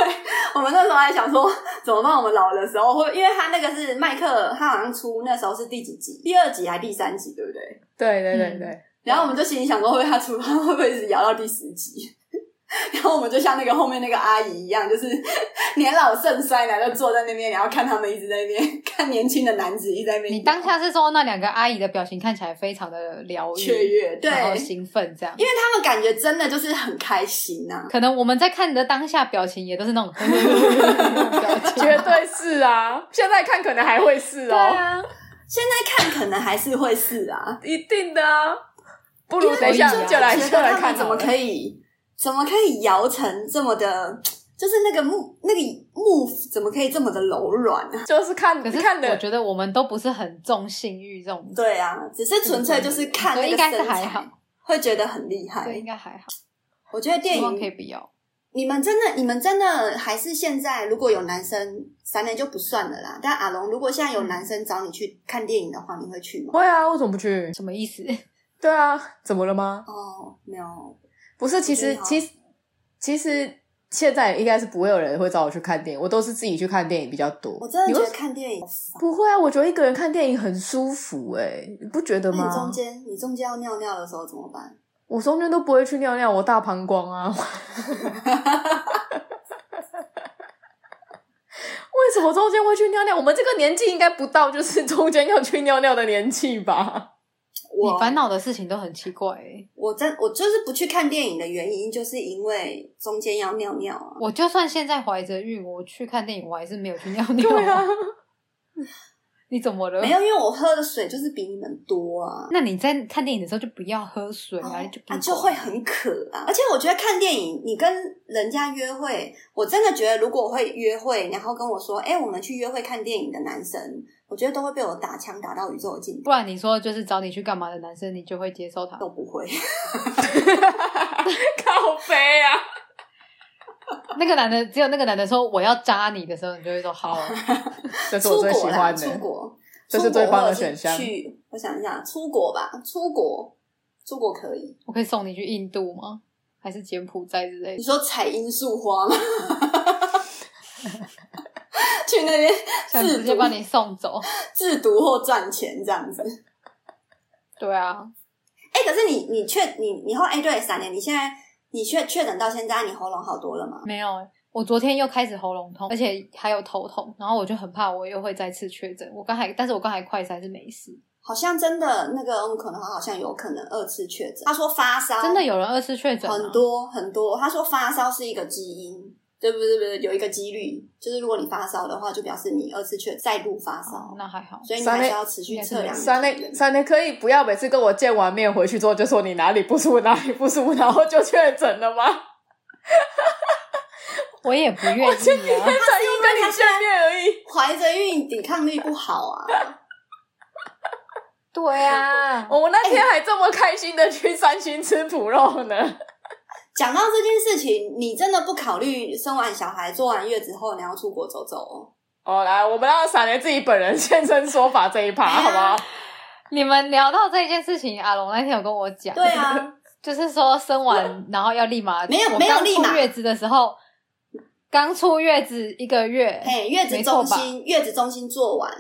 Speaker 2: 我们那时候还想说怎么办？我们老的时候会，因为他那个是麦克，他好像出那时候是第几集？第二集还是第三集，对不对？
Speaker 1: 对对对对，
Speaker 2: 然后我们就心里想说，会不会他出 *laughs* 他会不会一直摇到第十集？ *laughs* 然后我们就像那个后面那个阿姨一样，就是 *laughs* 年老肾衰，然后就坐在那边，然后看他们一直在那边 *laughs* 看年轻的男子一直在那边。
Speaker 3: 你当下是说那两个阿姨的表情看起来非常的疗愈、
Speaker 2: 雀跃，对
Speaker 3: 然后兴奋这样，因为
Speaker 2: 他们感觉真的就是很开心啊呐、
Speaker 3: 可能我们在看的当下表情也都是那种
Speaker 2: 嗯
Speaker 3: 表情，
Speaker 1: 绝对是啊！现在看可能还会是
Speaker 3: 对
Speaker 1: 哦，
Speaker 3: 啊，
Speaker 2: 现在看可能还是会是啊，
Speaker 1: 一定的啊。不如 *laughs* 等一下
Speaker 3: 因为
Speaker 1: 就来
Speaker 2: 觉
Speaker 1: 就
Speaker 2: 得
Speaker 1: 来
Speaker 2: 他
Speaker 1: 看
Speaker 2: 们
Speaker 1: 好
Speaker 2: 怎
Speaker 1: 了
Speaker 2: 么可以怎么可以摇成这么的，就是那个木那个木怎么可以这么的柔软啊？
Speaker 1: 就是看
Speaker 3: 可是
Speaker 1: 看
Speaker 3: 我
Speaker 1: 的
Speaker 3: 觉得我们都不是很重性欲这种，
Speaker 2: 对啊，只是纯粹就是看
Speaker 3: 所
Speaker 2: 那
Speaker 3: 以
Speaker 2: 个
Speaker 3: 应该是
Speaker 2: 身材
Speaker 3: 还好，
Speaker 2: 会觉得很厉害
Speaker 3: 对，。应该还好，
Speaker 2: 我觉得电
Speaker 3: 希望可以
Speaker 2: 影，
Speaker 3: 不要。
Speaker 2: 你们真的，你们真的还是现在，如果有男生三年就不算了啦。但阿龙，如果现在有男生找你去看电影的话，你会去吗？
Speaker 1: 会啊，我怎么不去？
Speaker 3: 什么意思？ *laughs*
Speaker 1: 对啊，怎么了吗？
Speaker 2: 哦，没有，啊
Speaker 1: 不是，其实
Speaker 2: 好
Speaker 1: 其实其实现在应该是不会有人会找我去看电影，我都是自己去看电影比较多。
Speaker 2: 我真的
Speaker 1: 你
Speaker 2: 觉
Speaker 1: 为
Speaker 2: 得看电影，
Speaker 1: 不会啊，我觉得一个人看电影很舒服哎、你不觉得
Speaker 2: 那你
Speaker 1: 吗
Speaker 2: 中？间你中间要尿尿的时候怎么办？
Speaker 1: 我中间都不会去尿尿，我大膀胱啊。
Speaker 2: *laughs*
Speaker 1: 为什么中间会去尿尿？我们这个年纪应该不到就是中间要去尿尿的年纪吧？
Speaker 2: 我
Speaker 3: 你烦恼的事情都很奇怪、欸。
Speaker 2: 我真我就是不去看电影的原因，就是因为中间要尿尿啊。
Speaker 3: 我就算现在怀着孕，我去看电影，我还是没有去尿尿。
Speaker 1: 对啊，
Speaker 3: *laughs* 你怎
Speaker 1: 呃
Speaker 3: 么了？
Speaker 2: 没有，因为我喝的水就是比你们多啊。
Speaker 3: 那你在看电影的时候就不要喝水啊，
Speaker 2: 哦
Speaker 3: 就不
Speaker 2: 啊就会很渴啊。而且我觉得看电影，你跟人家约会，我真的觉得如果我会约会，然后跟我说，哎、我们去约会看电影的男生，我觉得都会被我打枪打到宇宙的尽头，
Speaker 3: 不然你说就是找你去干嘛的男生，你就会接受他。
Speaker 2: 都不会。
Speaker 1: 靠背啊！
Speaker 3: 那个男的只有那个男的说我要扎你的时候，你就会说好。啊
Speaker 1: 这是我
Speaker 2: 出
Speaker 1: 最喜
Speaker 2: 国啦，
Speaker 1: 欢
Speaker 2: 出
Speaker 1: 的。嗯
Speaker 2: 国，
Speaker 1: 这是
Speaker 2: 出国
Speaker 1: 最棒的
Speaker 2: 或者
Speaker 1: 选项
Speaker 2: 去，我想一下，出国吧，出国，出国可以。
Speaker 3: 我可以送你去印度吗？还是柬埔寨之类
Speaker 2: 你
Speaker 3: 的？
Speaker 2: 说采罂粟花吗？ *laughs* 去那边
Speaker 3: 想
Speaker 2: 自
Speaker 3: 直接
Speaker 2: 读
Speaker 3: 把你送走？ *laughs*
Speaker 2: 自读或赚钱这样子。
Speaker 3: 对啊，
Speaker 2: 哎、可是你你确你你后哎、对闪年，你现在你确确诊到现在，你喉咙好多了吗？
Speaker 3: 没有欸、我昨天又开始喉咙痛，而且还有头痛，然后我就很怕我又会再次确诊。我刚才，但是我刚才快筛是没事，
Speaker 2: 好像真的那个 o m 的话，好像有可能二次确诊。他说发烧
Speaker 3: 真的有人二次确诊、啊，
Speaker 2: 很多很多，他说发烧是一个基因，对不对？不对，有一个几率，就是如果你发烧的话，就表示你二次确再度发
Speaker 3: 哦
Speaker 2: 烧，，
Speaker 3: 那还好。
Speaker 2: 所以你还是要持续测量你的
Speaker 1: 三
Speaker 2: 体
Speaker 1: 内
Speaker 2: 温
Speaker 1: 三内可以不要每次跟我见完面回去之后就说你哪里不舒服哪里不舒服，然后就确诊了吗？
Speaker 2: 哎
Speaker 3: 我也不愿意啊
Speaker 1: 才又。跟你见面而已。
Speaker 2: 怀着孕抵抗力不好啊。
Speaker 3: 对
Speaker 2: 哎
Speaker 3: 啊，
Speaker 1: 我那天还这么开心的去三星吃脯肉呢。
Speaker 2: 讲到这件事情，你真的不考虑生完小孩、坐完月子后，你要出国走走哦？
Speaker 1: 哦，来，我们让闪雷自己本人现身说法这一趴，好不好？
Speaker 3: 你们聊到这件事情，阿龙那天有跟我讲，
Speaker 2: 对，
Speaker 3: *laughs*
Speaker 2: 啊，
Speaker 3: 就是说
Speaker 2: *laughs*
Speaker 3: 生完然后要立马，
Speaker 2: 没有
Speaker 3: 我
Speaker 2: 没有
Speaker 3: 刚
Speaker 2: 立马
Speaker 3: 出月子的时候，刚出月子一个月，
Speaker 2: 嘿，月子
Speaker 3: 没错
Speaker 2: 中
Speaker 3: 吧
Speaker 2: 心，月子中心做完，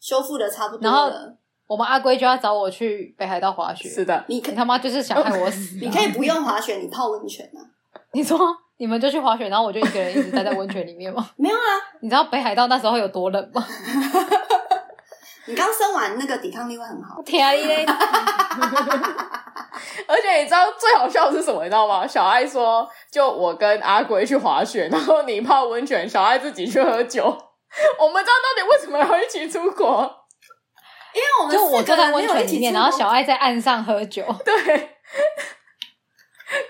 Speaker 2: 修复的差不多
Speaker 3: 然后
Speaker 2: 了，
Speaker 3: 我们阿龟就要找我去北海道滑雪，
Speaker 1: 是的，
Speaker 2: 你可
Speaker 3: 你他妈就是想害我死
Speaker 2: *laughs*
Speaker 3: 啊、
Speaker 2: 你可以不用滑雪，你泡温泉啊？
Speaker 3: 你说你们就去滑雪，然后我就一个人一直待在温泉里面吗
Speaker 2: *laughs* ？没有
Speaker 3: 啊，你知道北海道那时候有多冷
Speaker 2: *laughs*
Speaker 3: 吗？
Speaker 2: 你刚生完那个抵抗力会很好
Speaker 3: 我，天啊 *laughs* 嘞！
Speaker 1: 而且你知道最好笑的是什么？你知道吗？小爱说，就我跟阿龟去滑雪，然后你泡温泉，小爱自己去喝酒。 *laughs* 我们知道到底为什么要一起出国？ *laughs*
Speaker 2: 因为我们
Speaker 3: 就我
Speaker 2: 四个
Speaker 3: 坐在
Speaker 2: 人没
Speaker 3: 温
Speaker 2: 有
Speaker 3: 泉
Speaker 2: 一起
Speaker 3: 里面，
Speaker 2: 出
Speaker 3: 然后
Speaker 2: 国
Speaker 3: 小爱在岸上喝
Speaker 2: *laughs*
Speaker 3: 酒，好
Speaker 1: 对，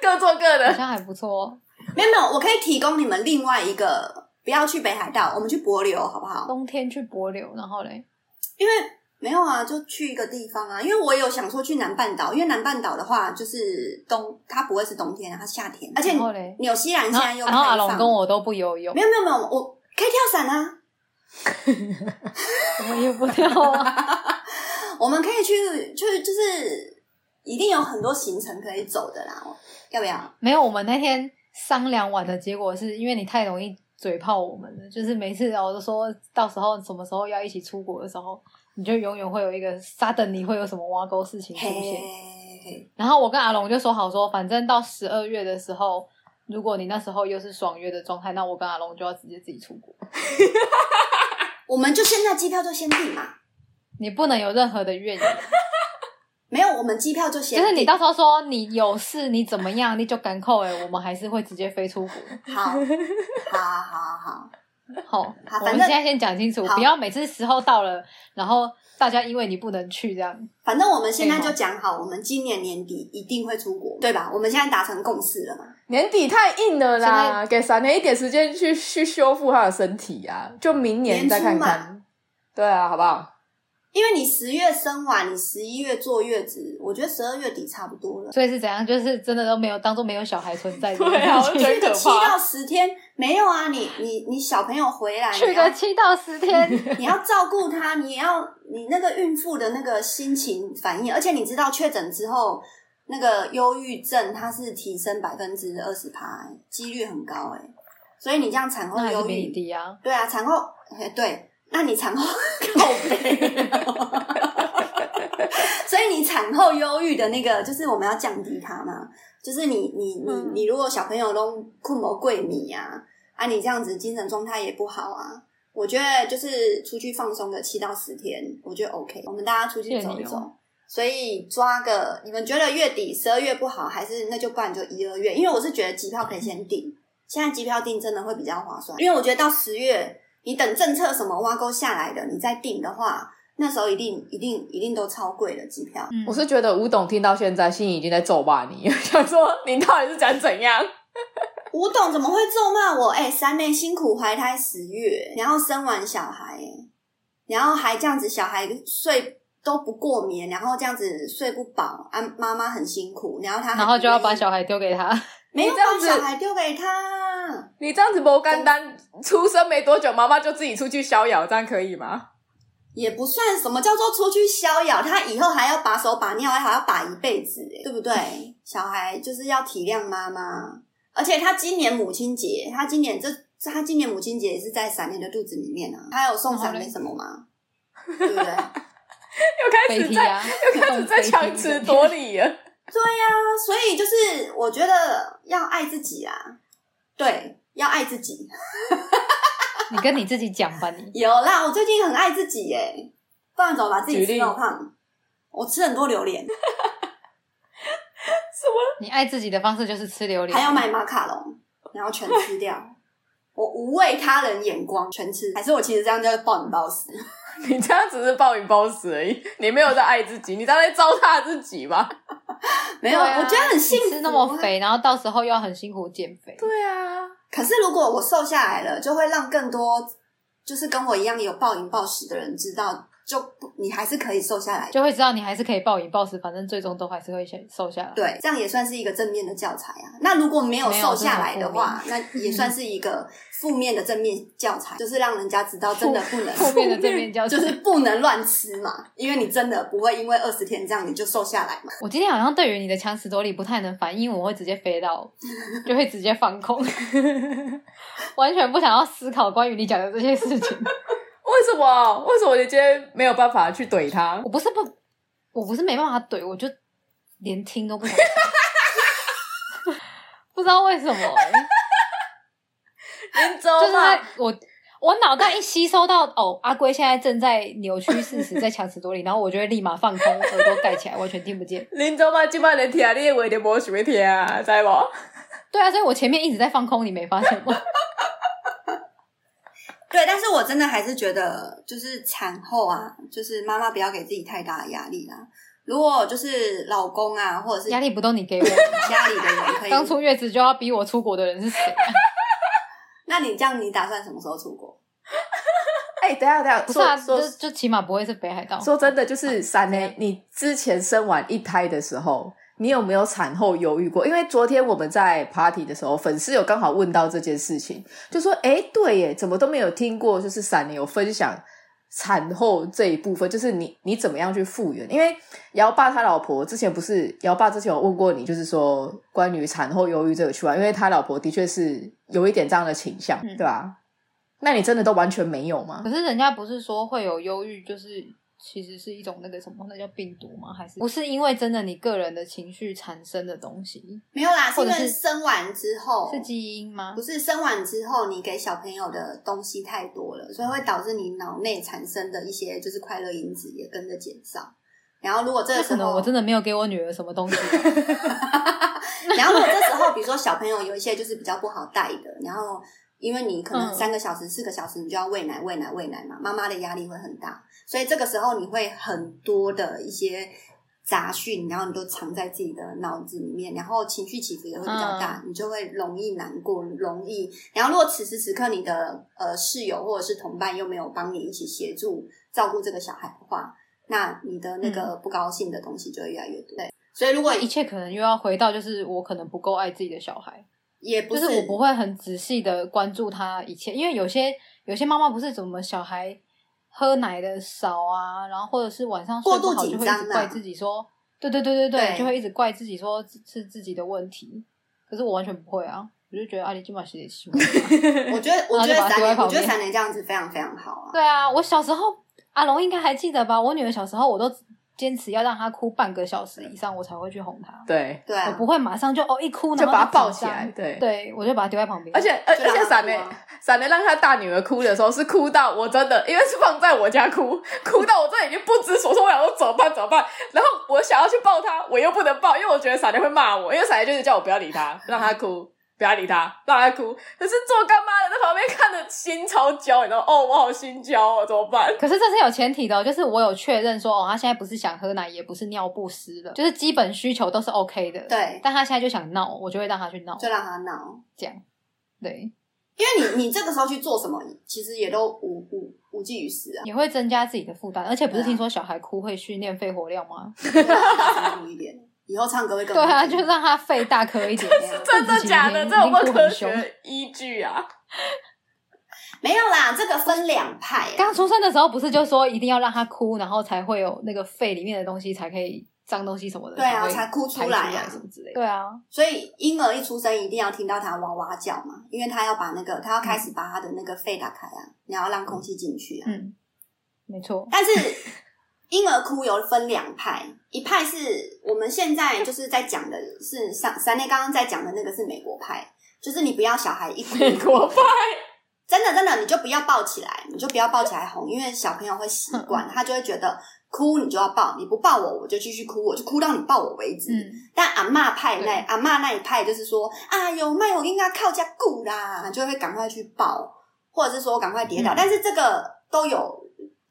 Speaker 1: 各做各的。
Speaker 3: 像还不错。
Speaker 2: 没有没有，我可以提供你们另外一个，不要去北海道，我们去帛琉好不好？
Speaker 3: 冬天去柏流，然后嘞，
Speaker 2: 因为没有啊，就去一个地方啊，因为我有想说去南半岛，因为南半岛的话就是冬，它不会是冬天啊，它夏天，而且
Speaker 3: 然后嘞，
Speaker 2: 纽西兰
Speaker 3: 然
Speaker 2: 现
Speaker 3: 后
Speaker 2: 在又
Speaker 3: 然后阿
Speaker 2: 开
Speaker 3: 龙
Speaker 2: 放，
Speaker 3: 跟我都不游泳
Speaker 2: 没，有没有没有，我可以跳伞啊。
Speaker 3: 我也不跳啊。
Speaker 2: 我们可以去，去就是一定有很多行程可以走的啦，要不要？
Speaker 3: 没有，我们那天商量完的结果是因为你太容易嘴炮我们了，就是每次我都说到时候什么时候要一起出国的时候，你就永远会有一个沙等你会有什么挖沟事情出现。
Speaker 2: 嘿，
Speaker 3: 然后我跟阿龙就说好说，反正到十二月的时候，如果你那时候又是爽约的状态，那我跟阿龙就要直接自己出国，
Speaker 2: 我们就现在机票就先订嘛，
Speaker 3: 你不能有任何的怨言。
Speaker 2: 没有我们机票就先
Speaker 3: 就是你
Speaker 2: 订
Speaker 3: 到时候说你有事，你怎么样，你就敢扣哎，我们还是会直接飞出国。
Speaker 2: 好，好好好，
Speaker 3: 好，
Speaker 2: 好
Speaker 3: 我
Speaker 2: 啊反
Speaker 3: 们
Speaker 2: 正
Speaker 3: 现在先讲清楚，
Speaker 2: 好
Speaker 3: 不要每次时候到了，然后大家因为你不能去这样。
Speaker 2: 反正我们现在
Speaker 3: 可以
Speaker 2: 就
Speaker 3: 吗
Speaker 2: 讲好，我们今年年底一定会出国，对吧？我们现在达成共识了嘛？
Speaker 1: 年底太硬了啦，给闪年一点时间去去修复他的身体啊，就明年再看
Speaker 2: 年初
Speaker 1: 看。对啊，好不好？
Speaker 2: 因为你十月生完，你十一月坐月子，我觉得十二月底差不多了。
Speaker 3: 所以是怎样？就是真的都没有当做没有小孩存在的
Speaker 1: 对啊，我
Speaker 3: 感
Speaker 1: 就
Speaker 3: 觉
Speaker 1: 觉得很可
Speaker 2: 七
Speaker 1: 怕。
Speaker 2: 到十天没有啊，你你你小朋友回来，
Speaker 3: 去
Speaker 2: 你要
Speaker 3: 个七到十天，
Speaker 2: 你要照顾他，你要你那个孕妇的那个心情反应，而且你知道确诊之后，那个忧郁症它是提升百分之二十趴，几率很高哎、所以你这样产后
Speaker 3: 那还是
Speaker 2: 忧
Speaker 3: 比你
Speaker 2: 郁，
Speaker 3: 低啊。
Speaker 2: 对啊，产后哎对，那你产后 *laughs* 靠背，所以你产后忧郁的那个就是我们要降低它嘛，就是你你你
Speaker 1: 嗯
Speaker 2: 你如果小朋友都困魔贵米啊，啊你这样子精神状态也不好啊，我觉得就是出去放松个七到十天，我觉得 OK。我们大家出去走一
Speaker 3: 谢谢
Speaker 2: 走，
Speaker 3: 你哦
Speaker 2: 所以抓个你们觉得月底十二月不好，还是那就不然就一二月，因为我是觉得机票可以先订，现在机票订真的会比较划算，因为我觉得到十月你等政策什么挖沟下来的，你再订的话，那时候一定一定一定都超贵的机票。
Speaker 3: 嗯
Speaker 1: 我是觉得吴董听到现在，心里已经在咒骂你， *laughs* 想说你到底是想怎样？
Speaker 2: 吴董怎么会咒骂我？哎、三妹辛苦怀胎十月，然后生完小孩、哎然后还这样子，小孩睡都不过眠，然后这样子睡不饱，啊，妈妈很辛苦，然后她还
Speaker 3: 然后就要把
Speaker 2: 不愿意
Speaker 3: 小孩丢
Speaker 1: *laughs*
Speaker 3: 给他，
Speaker 2: 没有
Speaker 1: 你这样
Speaker 2: 把
Speaker 1: 子
Speaker 2: 小孩丢给他，
Speaker 1: 你这样子不干单，出生没多久，妈妈就自己出去逍遥，这样可以吗？
Speaker 2: 也不算什么叫做出去逍遥，他以后还要把手把尿，还要把一辈子、哎对不对？小孩就是要体谅妈妈，而且他今年母亲节，他今年这他今年母亲节也是在闪妹的肚子里面啊，他有送
Speaker 3: 然后
Speaker 2: 闪
Speaker 3: 嘞
Speaker 2: 妹什
Speaker 1: *laughs*
Speaker 2: 么吗？对啊不对？
Speaker 1: 又开
Speaker 3: 飞
Speaker 1: 始
Speaker 3: 踢
Speaker 1: 在、
Speaker 3: 啊，
Speaker 1: 又开始在强词夺理了。
Speaker 2: 所以就是我觉得要爱自己啊，对，要爱自己。
Speaker 3: 你跟你自己讲吧，你
Speaker 2: 有啦，我最近很爱自己耶、不然怎么把自己
Speaker 1: 举
Speaker 2: 吃
Speaker 1: 例
Speaker 2: 那么胖？我吃很多榴莲，
Speaker 3: 你爱自己的方式就是吃榴莲，
Speaker 2: 还要买马卡龙，然后全吃
Speaker 3: *laughs*
Speaker 2: 掉。我无畏他人眼光，全吃。还是我其实这样叫暴饮暴
Speaker 3: *laughs*
Speaker 2: 食？
Speaker 1: 你这样只是暴饮暴食而已，你没有在爱自己，你这样在糟蹋自己吧？
Speaker 2: 没有，
Speaker 3: 对啊
Speaker 2: 我觉得很幸
Speaker 3: 你
Speaker 2: 福。
Speaker 3: 吃那么肥，然后到时候又要很辛苦减肥，
Speaker 1: 对啊，
Speaker 2: 可是如果我瘦下来了，就会让更多就是跟我一样有暴饮暴食的人知道，就不你还是可以瘦下来的。
Speaker 3: 就会知道你还是可以暴饮暴食，反正最终都还是会先瘦下来。
Speaker 2: 对，这样也算是一个正面的教材啊。那如果没有
Speaker 3: 没有
Speaker 2: 瘦下来的话，那也算是一个负面的正面教
Speaker 3: *laughs*
Speaker 2: 材，就是让人家知道真的不
Speaker 3: 后
Speaker 2: 能，
Speaker 3: 面的正面教材
Speaker 2: 就是不能乱吃嘛，因为你真的不会因为二十天这样你就瘦下来嘛。
Speaker 3: 我今天好像对于你的强词夺理不太能反应，我会直接飞到，就会直接放空， *laughs* 完全不想要思考关于你讲的这些事情。
Speaker 1: 为什么？为什么你今天没有办法去怼他
Speaker 3: 我？不是不，我不是没办法怼，我就连听都不想听， *laughs* 不知道为什么、欸，
Speaker 1: 连周
Speaker 3: 就是在
Speaker 1: 骂，
Speaker 3: 我我脑袋一吸收到哦，阿龟现在正在扭曲事实，在强词夺理，然后我就会立马放空，耳朵盖起来，完全听不见。
Speaker 1: 连周骂，今晚连听你的话就无想要听啊，知无？
Speaker 3: 对啊，所以我前面一直在放空，你没发现吗？ *laughs*
Speaker 2: 对，但是我真的还是觉得，就是产后啊，就是妈妈不要给自己太大的压力啦。如果就是老公啊，或者是
Speaker 3: 压力不都你给我？
Speaker 2: 家里的人可以，
Speaker 3: 当初月子就要逼我出国的人是
Speaker 2: *laughs*
Speaker 3: 谁、啊？
Speaker 2: 那你这样你打算什么时候出国？
Speaker 1: 哎、等一下等一下，
Speaker 3: 不是啊，
Speaker 1: 说
Speaker 3: 就
Speaker 1: 说
Speaker 3: 就起码不会是北海道。
Speaker 1: 说真的，就是闪
Speaker 3: 对
Speaker 1: 呢
Speaker 3: 啊，
Speaker 1: 你之前生完一胎的时候，你有没有产后犹豫过？因为昨天我们在 party 的时候，粉丝有刚好问到这件事情，就说：“哎，对耶，怎么都没有听过，就是闪呢有分享产后这一部分，就是你你怎么样去复原？因为姚爸他老婆之前不是姚爸之前有问过你，就是说关于产后忧郁这个区块，因为他老婆的确是有一点这样的倾向，
Speaker 3: 嗯
Speaker 1: 对吧？那你真的都完全没有吗
Speaker 3: 可？是人家不是说会有忧郁，就是其实是一种那个什么，那叫病毒吗？还是不是因为真的你个人的情绪产生的东西？
Speaker 2: 没有啦，是因
Speaker 3: 或者
Speaker 2: 为
Speaker 3: 是
Speaker 2: 生完之后
Speaker 3: 是基因吗
Speaker 2: 不？是生完之后，你给小朋友的东西太多了，所以会导致你脑内产生的一些就是快乐因子也跟着减少。然后如果这
Speaker 3: 那
Speaker 2: 个时
Speaker 3: 可能
Speaker 2: 候，
Speaker 3: 我真的没有给我女儿什么东西啊吧。
Speaker 2: *laughs*
Speaker 3: *laughs*
Speaker 2: 然后如果这时候，比如说小朋友有一些就是比较不好带的，然后因为你可能
Speaker 3: 嗯
Speaker 2: 三个小时、四个小时你就要喂奶、喂奶、喂奶嘛，妈妈的压力会很大，所以这个时候你会很多的一些杂讯，然后你都藏在自己的脑子里面，然后情绪起伏也会比较大，
Speaker 3: 嗯
Speaker 2: 你就会容易难过，容易。然后如果此时此刻你的呃室友或者是同伴又没有帮你一起协助照顾这个小孩的话，那你的那
Speaker 3: 嗯
Speaker 2: 个不高兴的东西就会越来越多。对，所以如果
Speaker 3: 一切可能又要回到就是我可能不够爱自己的小孩，
Speaker 2: 也不
Speaker 3: 就是我不会很仔细的关注他一切，因为有些有些妈妈不是怎么小孩喝奶的少啊，然后或者是晚上睡不
Speaker 2: 过
Speaker 3: 好
Speaker 2: 度紧
Speaker 3: 就会
Speaker 2: 张啊
Speaker 3: 一直怪自己说，对对对对对，
Speaker 2: 对
Speaker 3: 就会一直怪自己说是是自己的问题，可是我完全不会啊，我就觉得啊，你今晚洗点洗。啊
Speaker 2: *laughs* 我觉得，我觉得
Speaker 3: 然后就把它
Speaker 2: 闪
Speaker 3: 丢在
Speaker 2: 脸，
Speaker 3: 旁
Speaker 2: 我觉得
Speaker 3: 边
Speaker 2: 闪脸这样子非常非常好啊。
Speaker 3: *laughs* 对啊，我小时候阿龙应该还记得吧？我女儿小时候，我都坚持要让她哭半个小时以上，我才会去哄她。
Speaker 1: 对，
Speaker 2: 对
Speaker 3: 我
Speaker 2: 啊，
Speaker 3: 不会马上就哦一哭，
Speaker 1: 就
Speaker 3: 然后
Speaker 1: 把它抱起
Speaker 3: 紧张
Speaker 1: 来，对
Speaker 3: 对，我就把它丢在旁边。
Speaker 1: 而且而
Speaker 2: 就让
Speaker 1: 而且
Speaker 2: 她
Speaker 1: 闪
Speaker 2: 哭
Speaker 1: 雷
Speaker 2: 啊
Speaker 1: 闪雷让他大女儿哭的时候是哭到我真的，因为是放在我家哭， *laughs* 哭到我这已经不知所措，我想说怎么办怎么办，然后我想要去抱他，我又不能抱，因为我觉得闪雷会骂我，因为闪雷就是叫我不要理他，让他哭。不要理他，让他哭。可是做干妈的在旁边看着心超焦，你知道吗哦，我好心焦哦，怎么办？
Speaker 3: *laughs* 可是这是有前提的哦、就是我有确认说，哦，她现在不是想喝奶，也不是尿不湿了，就是基本需求都是 OK 的。，
Speaker 2: 对，
Speaker 3: 但她现在就想闹，我就会让她去闹，
Speaker 2: 就让他闹，
Speaker 3: 这样。对，
Speaker 2: 因为你你这个时候去做什么，其实也都无无无济于事啊。
Speaker 3: *laughs* 也会增加自己的负担，而且不是
Speaker 2: 对啊
Speaker 3: 听说小孩哭会训练肺活量吗？
Speaker 2: 对让他辛苦一点，以后唱歌会更
Speaker 3: 对啊，
Speaker 2: 好
Speaker 3: 就
Speaker 2: 听
Speaker 3: 让他肺大颗一点。啊
Speaker 1: *laughs* 真的假的？这有没有
Speaker 3: 哭
Speaker 1: 科
Speaker 3: 很凶。
Speaker 1: 学依据啊？
Speaker 2: 没有啦，这个分两派啊。
Speaker 3: 刚出生的时候不是就说一定要让他哭，然后才会有那个肺里面的东西才可以脏东西什么的，
Speaker 2: 对啊
Speaker 3: 才
Speaker 2: 才哭
Speaker 3: 出
Speaker 2: 出来啊
Speaker 3: 什么之类的。对啊，
Speaker 2: 所以婴儿一出生一定要听到他哇哇叫嘛，因为他要把那个他要开始把他的那个肺打开啊，你要让空气进去啊。
Speaker 3: 嗯，没错。
Speaker 2: 但是婴儿哭有分两派，一派是我们现在就是在讲的是上三内刚刚在讲的那个是美国派，就是你不要小孩一哭，
Speaker 1: 美国派
Speaker 2: 真的真的你就不要抱起来，你就不要抱起来哄，因为小朋友会习
Speaker 1: *laughs*
Speaker 2: 惯，他就会觉得哭你就要抱，你不抱我我就继续哭，我就哭到你抱我为止。
Speaker 3: 嗯，
Speaker 2: 但阿嬷派那
Speaker 3: 对
Speaker 2: 阿嬷那一派就是说，啊有卖我应该靠家顾啦，就会赶快去抱，或者是说赶快跌倒。
Speaker 3: 嗯
Speaker 2: 但是这个都有，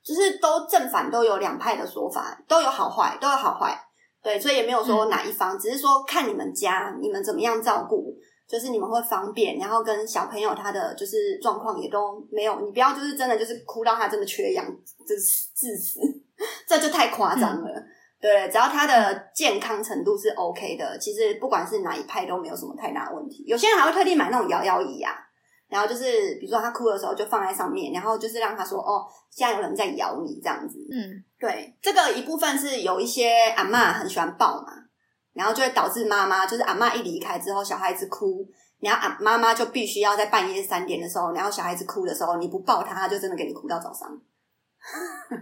Speaker 2: 就是都正反都有两派的说法，都有好坏，都有好坏。对，所以也没有说
Speaker 3: 嗯
Speaker 2: 哪一方，只是说看你们家你们怎么样照顾，就是你们会方便，然后跟小朋友他的就是状况也都没有，你不要就是真的就是哭到他真的缺氧，就是致死， *laughs* 这就太夸张了。对，只要他的健康程度是 OK 的，其实不管是哪一派都没有什么太大的问题。有些人还会特地买那种摇摇椅啊，然后就是比如说他哭的时候就放在上面，然后就是让他说哦，现在有人在咬你这样子。
Speaker 3: 嗯，
Speaker 2: 对，这个一部分是有一些阿嬷很喜欢抱嘛，然后就会导致妈妈就是阿嬷一离开之后，小孩子哭，然后阿妈妈就必须要在半夜三点的时候，然后小孩子哭的时候，你不抱他，他就真的给你哭到早上。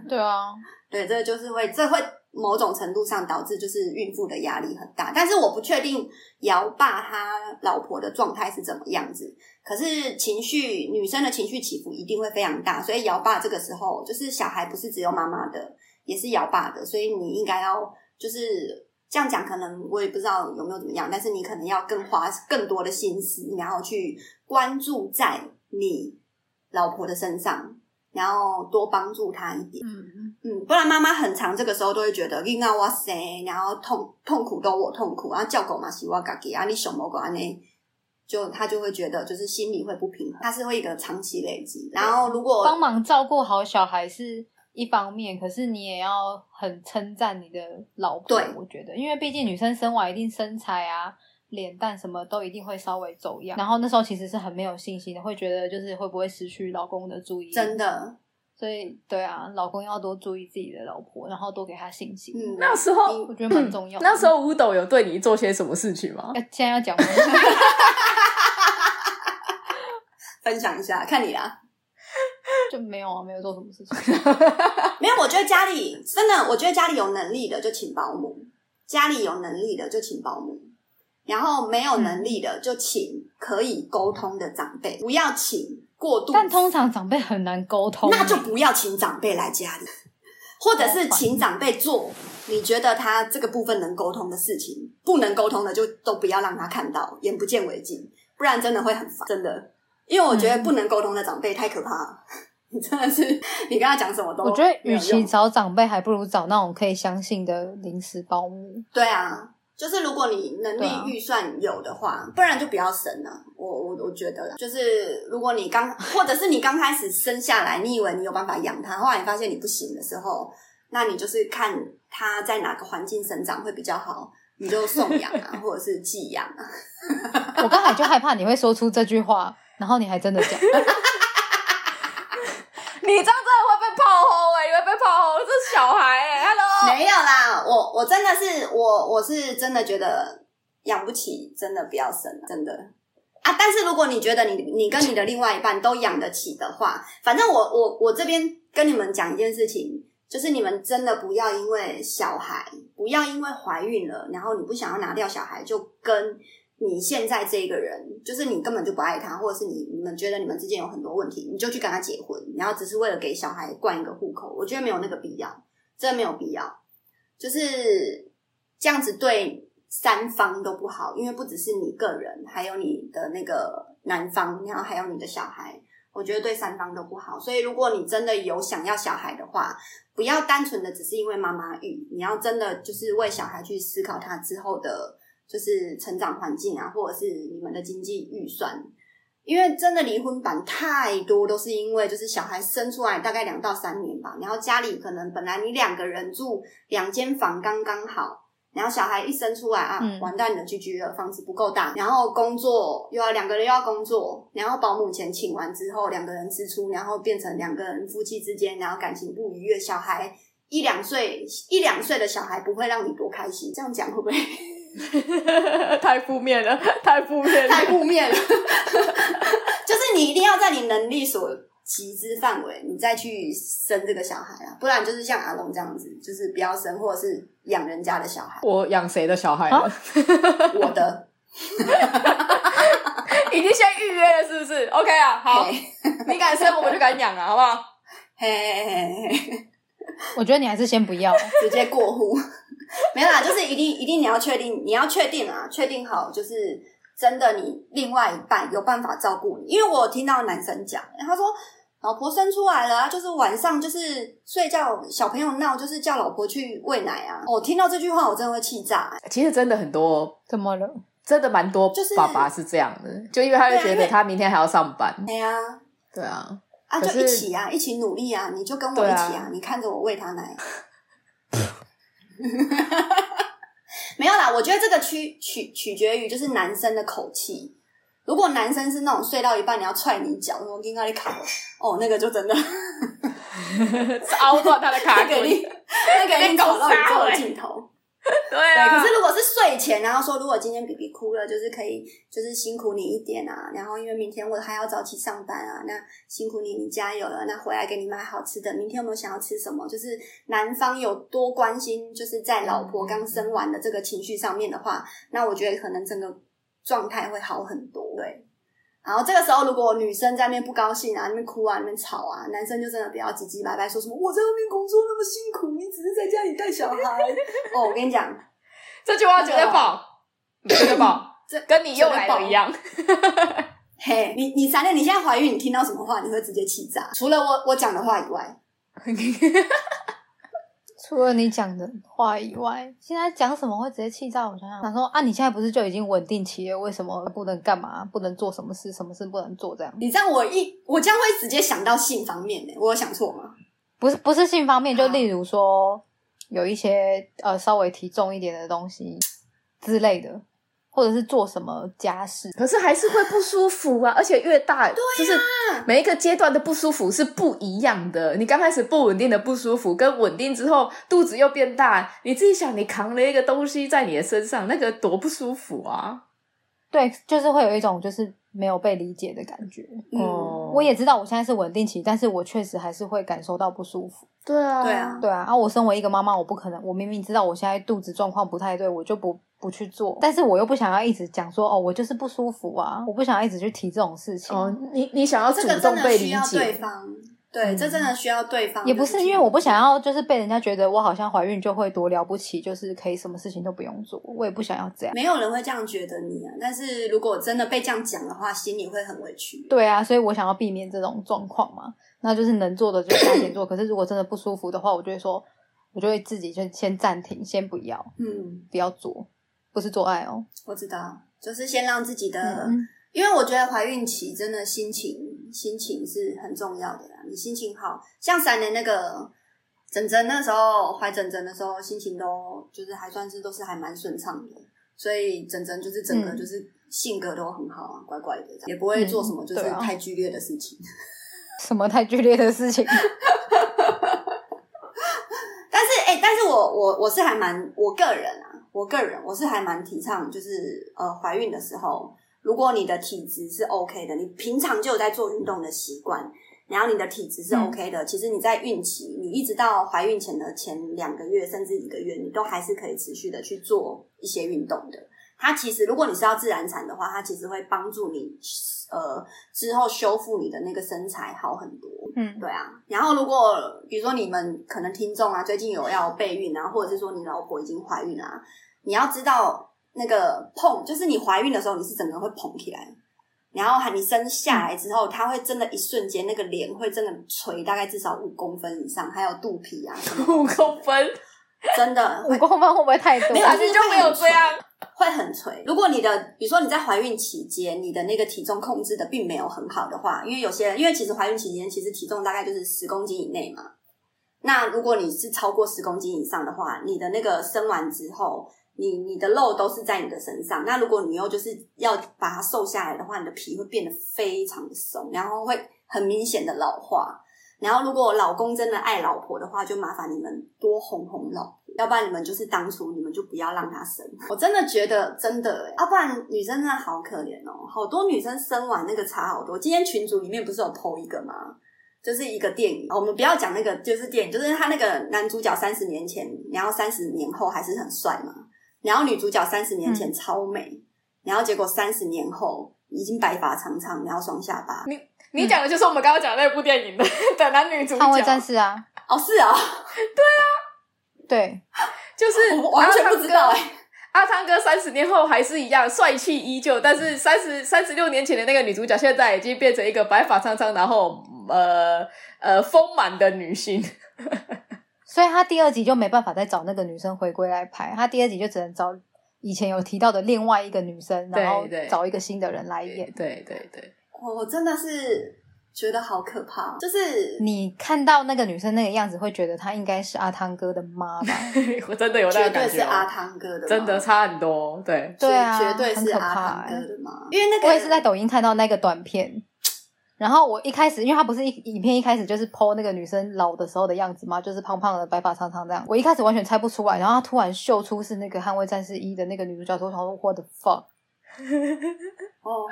Speaker 3: 对啊，
Speaker 2: 对，这就是会，这会某种程度上导致就是孕妇的压力很大。但是我不确定姚爸他老婆的状态是怎么样子，可是情绪女生的情绪起伏一定会非常大，所以姚爸这个时候就是小孩不是只有妈妈的，也是姚爸的，所以你应该要就是。这样讲可能我也不知道有没有怎么样，但是你可能要更花更多的心思，然后去关注在你老婆的身上，然后多帮助她一点。
Speaker 3: 嗯，
Speaker 2: 嗯，不然妈妈很长这个时候都会觉得你那哇塞，然后痛痛苦都我痛苦，然后啊叫狗嘛是我自己，啊你熊猫狗安呢，就他就会觉得就是心里会不平衡，他是会一个长期累积。然后如果
Speaker 3: 哦帮忙照顾好小孩是一方面，可是你也要很称赞你的老婆，
Speaker 2: 对
Speaker 3: 我觉得，因为毕竟女生生完一定身材啊。脸蛋什么都一定会稍微走样，然后那时候其实是很没有信心的，会觉得就是会不会失去老公的注意力，
Speaker 2: 真的，
Speaker 3: 所以对啊，老公要多注意自己的老婆，然后多给她信心，哦
Speaker 2: 嗯，
Speaker 1: 那时候
Speaker 2: 你
Speaker 3: 我觉得蛮重要的。嗯
Speaker 1: 那时候五斗有对你做些什么事情吗？
Speaker 3: 要现在要讲吗？ *laughs*
Speaker 2: 分享一下，看你啦。
Speaker 3: 就没有啊，没有做什么事情。
Speaker 2: *laughs* 没有，我觉得家里真的，我觉得家里有能力的就请保姆，家里有能力的就请保姆，然后没有能力的就请可以沟通的长辈，不要请过度。
Speaker 3: 但通常长辈很难沟通，
Speaker 2: 那就不要请长辈来家里， *laughs* 或者是请长辈做你觉得他这个部分能沟通的事情，不能沟通的就都不要让他看到，眼不见为净，不然真的会很烦，真的。因为我
Speaker 3: 嗯
Speaker 2: 觉得不能沟通的长辈太可怕了， *laughs* 你真的是你跟他讲什么都
Speaker 3: 我觉得，
Speaker 2: 没有
Speaker 3: 与
Speaker 2: 用
Speaker 3: 其找长辈，还不如找那种可以相信的临时保姆。
Speaker 2: 对啊，就是如果你能
Speaker 3: 对
Speaker 2: 力
Speaker 3: 啊
Speaker 2: 预算有的话，不然就不要生了。我我我觉得啦，就是如果你刚或者是你刚开始生下来，你以为你有办法养它，后来你发现你不行的时候，那你就是看它在哪个环境生长会比较好，你就送养啊，或者是寄养啊。
Speaker 3: 我刚才就害怕你会说出这句话，然后你还真的讲， *laughs*
Speaker 1: 你这样真的会被炮轰哎、你会被炮轰，这是小孩哎、h e l l o
Speaker 2: 没有啦，我我真的是我我是真的觉得养不起，真的不要生了，真的啊！但是如果你觉得你你跟你的另外一半都养得起的话，反正我我我这边跟你们讲一件事情，就是你们真的不要因为小孩，不要因为怀孕了，然后你不想要拿掉小孩，就跟你现在这个人，就是你根本就不爱他，或者是你你们觉得你们之间有很多问题，你就去跟他结婚，然后只是为了给小孩冠一个户口，我觉得没有那个必要。真的没有必要，就是这样子对三方都不好，因为不只是你个人，还有你的那个男方，然后还有你的小孩，我觉得对三方都不好。所以如果你真的有想要小孩的话，不要单纯的只是因为妈妈育，你要真的就是为小孩去思考他之后的，就是成长环境啊，或者是你们的经济预算。因为真的离婚版太多都是因为就是小孩生出来大概两到三年吧，然后家里可能本来你两个人住两间房刚刚好，然后小孩一生出来啊，
Speaker 3: 嗯
Speaker 2: 完蛋了，居居了，房子不够大，然后工作又要两个人又要工作，然后保姆钱请完之后两个人支出，然后变成两个人夫妻之间，然后感情不愉悦，小孩一两岁一两岁的小孩不会让你多开心，这样讲会不会
Speaker 1: *laughs* 太负面了，太负面
Speaker 2: *laughs* 太
Speaker 1: 了。。
Speaker 2: 负面了。就是你一定要在你能力所及之范围，你再去生这个小孩啊，不然就是像阿龙这样子，就是不要生，或者是养人家的小孩
Speaker 1: 我养谁的小孩了？
Speaker 2: 我的
Speaker 1: 已经先预约了，是不是？OK 啊，好，
Speaker 2: 嘿
Speaker 1: 你敢生我们就敢养啊，好不好？
Speaker 2: 嘿嘿嘿嘿，
Speaker 3: 我觉得你还是先不要。
Speaker 2: 直接过户。没有啦，就是一定一定你要确定，你要确定啊，确定好就是真的，你另外一半有办法照顾你。因为我听到男生讲，他说老婆生出来了、啊，就是晚上就是睡觉，小朋友闹就是叫老婆去喂奶啊。我、听到这句话，我真的会气炸、
Speaker 1: 其实真的很多，
Speaker 3: 怎么了？
Speaker 1: 真的蛮多
Speaker 2: 就是
Speaker 1: 爸爸是这样的，就因为他会
Speaker 2: 对啊
Speaker 1: 觉
Speaker 2: 因
Speaker 1: 得
Speaker 2: 为
Speaker 1: 他明天还要上班。
Speaker 2: 哎呀、
Speaker 1: 对 *laughs* 啊，
Speaker 2: 啊，
Speaker 1: 可
Speaker 2: 就
Speaker 1: 是
Speaker 2: 一起啊，一起努力啊，你就跟我
Speaker 1: 对
Speaker 2: 一
Speaker 1: 啊
Speaker 2: 起啊，你看着我喂他奶。 *laughs* 没有啦，我觉得这个取取取决于就是男生的口气。如果男生是那种睡到一半你要踹你一脚，我听到你卡了，哦，那个就真的 *laughs*
Speaker 1: 凹断他的卡
Speaker 2: 那个
Speaker 1: 骨。
Speaker 2: 力，那个力找到宇宙
Speaker 1: 欸
Speaker 2: 的尽头。
Speaker 1: 对
Speaker 2: 对，
Speaker 1: 啊，
Speaker 2: 可是如果是睡前，然后说如果今天 B B 哭了，就是可以，就是辛苦你一点啊。然后因为明天我还要早起上班啊，那辛苦你，你加油了。那回来给你买好吃的，明天有没有想要吃什么？就是男方有多关心，就是在老婆刚生完的这个情绪上面的话，那我觉得可能整个状态会好很多。对。然后这个时候，如果女生在那边不高兴啊，那边哭啊，那边吵啊，男生就真的不要唧唧歪歪，说什么我在外面工作那么辛苦，你只是在家里带小孩。哦，我跟你讲，
Speaker 1: 这句话绝对爆， *laughs* 绝对爆，
Speaker 2: 这
Speaker 1: *laughs* 跟你又来
Speaker 2: 绝对
Speaker 1: 的
Speaker 2: 爆
Speaker 1: 一 *laughs* 样。
Speaker 2: 嘿，你你闪亮，你现在怀孕，你听到什么话，你会直接气炸。除了我我讲的话以外，
Speaker 3: 除了你讲的话以外，现在讲什么会直接气炸？我想想，想说啊，你现在不是就已经稳定期了，为什么不能干嘛？不能做什么事？什么事不能做？这样
Speaker 2: 你这样我一我这样会直接想到性方面呢、我有想错吗？
Speaker 3: 不是不是性方面，就
Speaker 2: 啊
Speaker 3: 例如说有一些呃稍微体重一点的东西之类的，或者是做什么家事。
Speaker 1: 可是还是会不舒服啊，而且越大，就是每一个阶段的不舒服是不一样的。你刚开始不稳定的不舒服，跟稳定之后肚子又变大，你自己想，你扛了一个东西在你的身上，那个多不舒服啊！
Speaker 3: 对，就是会有一种就是没有被理解的感觉。
Speaker 2: 嗯
Speaker 1: 哦
Speaker 3: 我也知道我现在是稳定期，但是我确实还是会感受到不舒服。
Speaker 1: 对啊，
Speaker 2: 对啊，
Speaker 3: 对啊，啊，我身为一个妈妈，我不可能，我明明知道我现在肚子状况不太对，我就不不去做，但是我又不想要一直讲说哦，我就是不舒服啊，我不想要一直去提这种事情。
Speaker 1: 哦，你你想要主
Speaker 2: 这个真
Speaker 1: 动
Speaker 2: 的
Speaker 1: 被
Speaker 2: 需
Speaker 1: 理
Speaker 2: 要对
Speaker 1: *laughs* 解，
Speaker 2: 方，对，这真的需要对方。
Speaker 3: 也不是
Speaker 2: 就
Speaker 3: 因为我不想要，就是被人家觉得我好像怀孕就会多了不起，就是可以什么事情都不用做，我也不想要这样。
Speaker 2: 没有人会这样觉得你啊。但是如果真的被这样讲的话，心里会很委屈。
Speaker 3: 对啊，所以我想要避免这种状况嘛，那就是能做的就加减做，可 *coughs* 是如果真的不舒服的话，我就会说，我就会自己先先暂停，先不要
Speaker 2: 嗯，
Speaker 3: 不要做，不是做爱哦。
Speaker 2: 我知道，就是先让自己的，
Speaker 3: 嗯，
Speaker 2: 因为我觉得怀孕期真的心情心情是很重要的啦。你心情好，像闪的那个整整那时候怀整整的时候，心情都就是还算是都是还蛮顺畅的，所以整整就是整个
Speaker 3: 嗯
Speaker 2: 就是性格都很好啊，乖乖的这样，也不会做什么就是
Speaker 3: 对啊
Speaker 2: 太剧烈的事情。
Speaker 3: *laughs* 什么太剧烈的事
Speaker 1: *laughs*
Speaker 3: 情？
Speaker 2: 但是哎、欸但是我我我是还蛮我个人啊，我个人我是还蛮提倡，就是呃怀孕的时候，如果你的体质是 OK 的，你平常就有在做运动的习惯，然后你的体质是
Speaker 3: 嗯
Speaker 2: OK 的，其实你在孕期，你一直到怀孕前的前两个月甚至一个月，你都还是可以持续的去做一些运动的。它其实，如果你是要自然产的话，它其实会帮助你，呃，之后修复你的那个身材好很多。
Speaker 3: 嗯，
Speaker 2: 对啊，然后如果比如说你们可能听众啊，最近有要备孕啊，或者是说你老婆已经怀孕啊，你要知道那个碰，就是你怀孕的时候，你是整个人会膨起来，然后还你生下来之后，它会真的，一瞬间那个脸会真的垂大概至少五公分以上，还有肚皮啊什么的，
Speaker 1: 五公分，
Speaker 2: 真的
Speaker 3: 五公分会不会太多
Speaker 2: 没？有
Speaker 1: 下去就没有啊这样。
Speaker 2: 会很垂。如果你的，比如说你在怀孕期间，你的那个体重控制的并没有很好的话，因为有些人，因为其实怀孕期间其实体重大概就是十公斤以内嘛。那如果你是超过十公斤以上的话，你的那个生完之后，你你的肉都是在你的身上。那如果你又就是要把它瘦下来的话，你的皮会变得非常的松，然后会很明显的老化。然后，如果老公真的爱老婆的话，就麻烦你们多哄哄老婆，要不然你们就是当初你们就不要让她生。我真的觉得真的、欸，要、不然女生真的好可怜哦，好多女生生完那个差好多。今天群组里面不是有 PO 一个吗？就是一个电影，哦我们不要讲那个，就是电影，就是他那个男主角三十年前，然后三十年后还是很帅嘛，然后女主角三十年
Speaker 1: 嗯
Speaker 2: 前超美，然后结果三十年后已经白发苍苍，然后双下巴，
Speaker 1: 你讲的就是我们刚刚讲的那部电影的 *laughs* 的男女主
Speaker 3: *laughs* 捍卫
Speaker 1: 角，
Speaker 3: 战士啊，
Speaker 2: 哦是啊、
Speaker 3: 对，
Speaker 1: 就是
Speaker 2: 我完全不知道
Speaker 1: 阿汤哥
Speaker 2: 哎、
Speaker 1: *laughs* 阿汤哥三十年后还是一样帅气依旧，但是三十三十六年前的那个女主角现在已经变成一个白发苍苍，然后呃呃丰满的女性。
Speaker 3: 所以他第二集就没办法再找那个女生回归来拍，他第二集就只能找以前有提到的另外一个女生，
Speaker 1: 对
Speaker 3: 然后
Speaker 1: 对
Speaker 3: 找一个新的人来演。
Speaker 1: *laughs* 对对对，
Speaker 2: 哦我我真的是觉得好可怕，就是
Speaker 3: 你看到那个女生那个样子，会觉得她应该是阿汤哥的妈吧？
Speaker 1: *laughs* 我真的有那
Speaker 2: 绝
Speaker 1: 个
Speaker 2: 对
Speaker 1: 感
Speaker 2: 是
Speaker 1: 觉哦，
Speaker 2: 阿汤哥的妈，
Speaker 1: 真的差很多。对，
Speaker 2: 绝，
Speaker 3: 对啊，
Speaker 2: 绝对
Speaker 3: 很
Speaker 2: 是
Speaker 3: 可
Speaker 2: 阿
Speaker 3: 怕
Speaker 2: 汤
Speaker 3: 欸、
Speaker 2: 哥的妈，因为那个
Speaker 3: 我也是在抖音看到那个短片，然后我一开始，因为他不是一影片一开始就是 PO 那个女生老的时候的样子嘛，就是胖胖的、白发苍苍这样。我一开始完全猜不出来，然后他突然秀出是那个《捍卫战士一》的那个女主角的时候，我想说 What the fuck？
Speaker 2: 哦，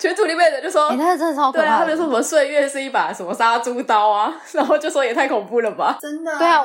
Speaker 1: 群组里面的人就说
Speaker 3: 哎、欸，。那个真的超可
Speaker 1: 对啊，
Speaker 3: 怕
Speaker 1: 他们
Speaker 3: 的。
Speaker 1: 就说什么岁月是一把什么杀猪刀啊， *laughs* 然后就说也太恐怖了吧。
Speaker 2: 真的
Speaker 3: 对啊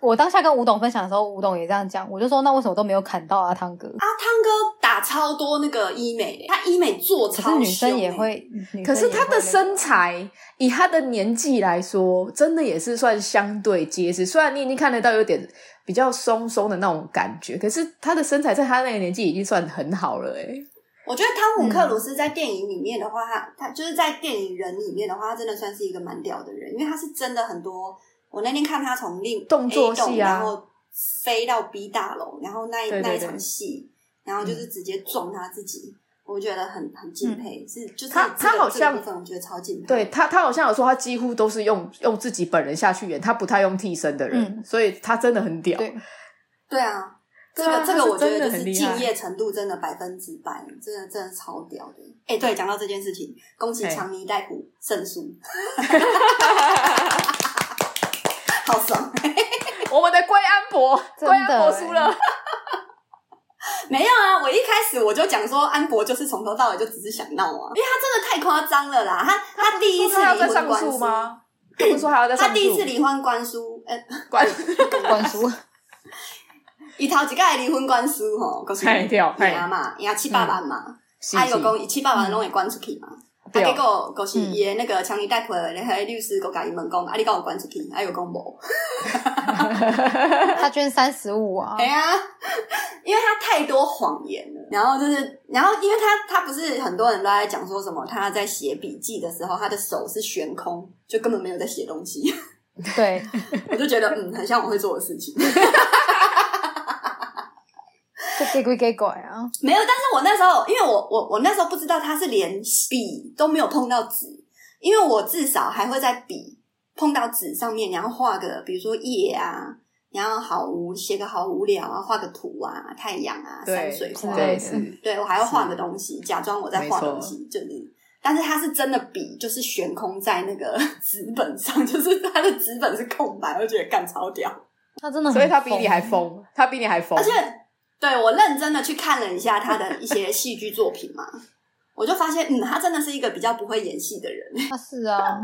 Speaker 3: 我当下跟吴董分享的时候，吴董也这样讲，我就说那为什么都没有砍到阿汤哥？
Speaker 2: 阿汤哥打超多那个医美的，他医美做
Speaker 3: 可
Speaker 2: 超
Speaker 3: 是
Speaker 2: 凶
Speaker 3: 女生也
Speaker 2: 欸，
Speaker 3: 会，女生
Speaker 1: 可是
Speaker 3: 也
Speaker 1: 她
Speaker 3: 会
Speaker 1: 的身材，以她的年纪来说，真的也是算相对结实。虽然你已经看得到有点比较松松的那种感觉，可是她的身材在她那个年纪已经算很好了、欸。
Speaker 2: 我觉得汤姆克鲁斯在电影里面的话，他他就是在电影人里面的话，他真的算是一个蛮屌的人，因为他是真的很多。我那天看他从另
Speaker 1: 动作戏啊
Speaker 2: A 栋然后飞到 B 大楼，然后那一
Speaker 1: 对对
Speaker 2: 那一
Speaker 1: 对
Speaker 2: 场戏，然后就是直接撞他自己，我觉得很很敬佩，是就
Speaker 1: 嗯
Speaker 2: 是
Speaker 1: 他
Speaker 2: 这个
Speaker 1: 他好像
Speaker 2: 这个部分我觉得超敬佩，
Speaker 1: 对，她，她好像有说她几乎都是用用自己本人下去演，她不太用替身的人，
Speaker 3: 嗯
Speaker 1: 所以她真的很屌。
Speaker 3: 对
Speaker 2: 对啊，这
Speaker 1: 对
Speaker 2: 个、
Speaker 1: 啊
Speaker 2: 这
Speaker 1: 他
Speaker 2: 个
Speaker 1: 是
Speaker 2: 我觉得
Speaker 1: 真的
Speaker 2: 就是
Speaker 1: 很厉害
Speaker 2: 敬业程度真的百分之百，真的真的超屌的。哎、对，讲到这件事情，恭喜
Speaker 1: 嘿
Speaker 2: 强尼戴普
Speaker 1: *laughs*
Speaker 2: 胜诉，好爽！
Speaker 1: 我们的龟安博，
Speaker 3: 真
Speaker 1: 龟
Speaker 3: 的欸
Speaker 1: 安博输了，
Speaker 2: 没有啊，我一开始我就讲说安博就是从头到尾就只是想闹啊，因为他真的太夸张了啦，他他第一次
Speaker 1: 他要
Speaker 2: 离
Speaker 1: 再
Speaker 2: 婚
Speaker 1: 上
Speaker 2: 官
Speaker 1: 诉
Speaker 2: 司？
Speaker 1: 吗？他不是说还要再上诉？
Speaker 2: 他第一次离婚官司，呃、
Speaker 1: 管，
Speaker 3: 灌输，
Speaker 2: 伊头一届离婚官司吼，
Speaker 1: *laughs*
Speaker 2: 告诉
Speaker 1: 吓一
Speaker 2: 你
Speaker 1: 跳嘿
Speaker 2: 赢嘛，赢七百万
Speaker 1: 嗯
Speaker 2: 嘛，
Speaker 1: 是嗯
Speaker 2: 啊伊就是讲伊七百万拢会关出去嘛。啊，
Speaker 1: 对哦嗯
Speaker 2: 结果就是伊的那个强尼戴普的那个律师，佮伊问讲，啊，你敢有关出去？啊，伊有讲
Speaker 1: 哦
Speaker 2: 无。
Speaker 3: 他捐三十五
Speaker 1: *laughs*
Speaker 3: 啊
Speaker 2: 哎，呀，因为他太多谎言了。然后就是，然后因为他他不是很多人都在讲说什么，他在写笔记的时候，他的手是悬空，就根本没有在写东西。 *laughs*
Speaker 3: 对，
Speaker 2: 我就觉得，嗯，很像我会做的事情。
Speaker 3: 就给鬼给鬼啊，
Speaker 2: 没有，但是我那时候，因为我我我那时候不知道他是连笔都没有碰到纸，因为我至少还会在笔碰到纸上面，然后画个比如说叶啊，然后好无写个好无聊啊，画个图啊，太阳啊，山水
Speaker 1: 之
Speaker 2: 画，
Speaker 1: 类
Speaker 3: 对
Speaker 1: 的，
Speaker 2: 对我还要画个东西，假装我在画
Speaker 1: 没错
Speaker 2: 东西，就是。但是它是真的笔，就是悬空在那个纸本上，就是它的纸本是空白，我觉得干超屌。
Speaker 3: 他真的很，
Speaker 1: 所以他比你还。
Speaker 3: 嗯
Speaker 1: 疯，他比你还疯，
Speaker 2: 而且，对我认真的去看了一下他的一些戏剧作品嘛，我就发现，嗯，他真的是一个比较不会演戏的人。
Speaker 3: 他是啊，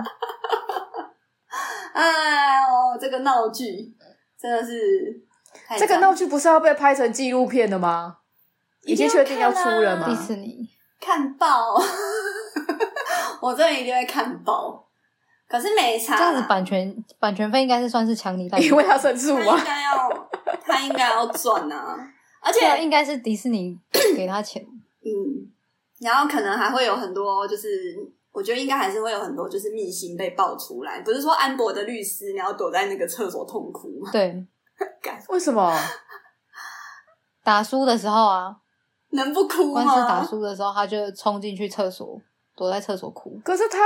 Speaker 2: 哎哦，这个闹剧真的是太
Speaker 1: 哎这个
Speaker 2: 赞
Speaker 1: 闹剧不是要被拍成纪录片的吗？已经确定要出了
Speaker 2: 一定要看啊
Speaker 1: 吗
Speaker 3: 迪？士尼
Speaker 2: 看爆， *laughs* 我真的一定会看爆。可是没差
Speaker 3: 这
Speaker 2: 啦，
Speaker 3: 样子版权版权费应该是算是强尼代言，
Speaker 1: 因为他胜诉
Speaker 2: 他应
Speaker 1: 啊，
Speaker 2: 该要，他应该要赚啊！而且
Speaker 3: 对啊，应该是迪士尼 *coughs* 给他钱。
Speaker 2: 嗯，然后可能还会有很多，就是我觉得应该还是会有很多，就是秘辛被爆出来。不是说安博的律师，然后躲在那个厕所痛哭吗？
Speaker 3: 对，
Speaker 2: 干
Speaker 1: 为什么？
Speaker 3: 打输的时候啊，
Speaker 2: 能不哭
Speaker 3: 官司打
Speaker 2: 吗？
Speaker 3: 输的时候，他就冲进去厕所，躲在厕所哭。
Speaker 1: 可是他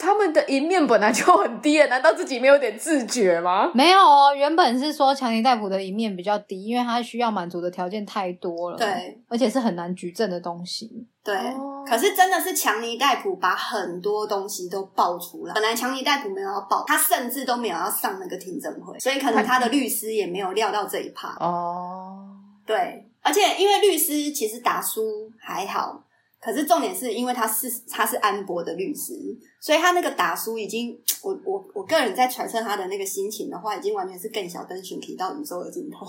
Speaker 1: 他们的赢面本来就很低了，难道自己没有点自觉吗？
Speaker 3: 没有哦，原本是说强尼戴普的一面比较低，因为他需要满足的条件太多了，，
Speaker 2: 对
Speaker 3: 而且是很难举证的东西。
Speaker 2: 对。
Speaker 1: 哦
Speaker 2: 可是真的是强尼戴普把很多东西都爆出来。本来强尼戴普没有要爆，他甚至都没有要上那个听证会，所以可能他的律师也没有料到这一趴。
Speaker 1: 哦，
Speaker 2: 对，而且因为律师其实打输还好，可是重点是因为他是他是安博的律师，所以他那个打输已经，我我我个人在揣测他的那个心情的话，已经完全是更小灯熊提到宇宙的尽头，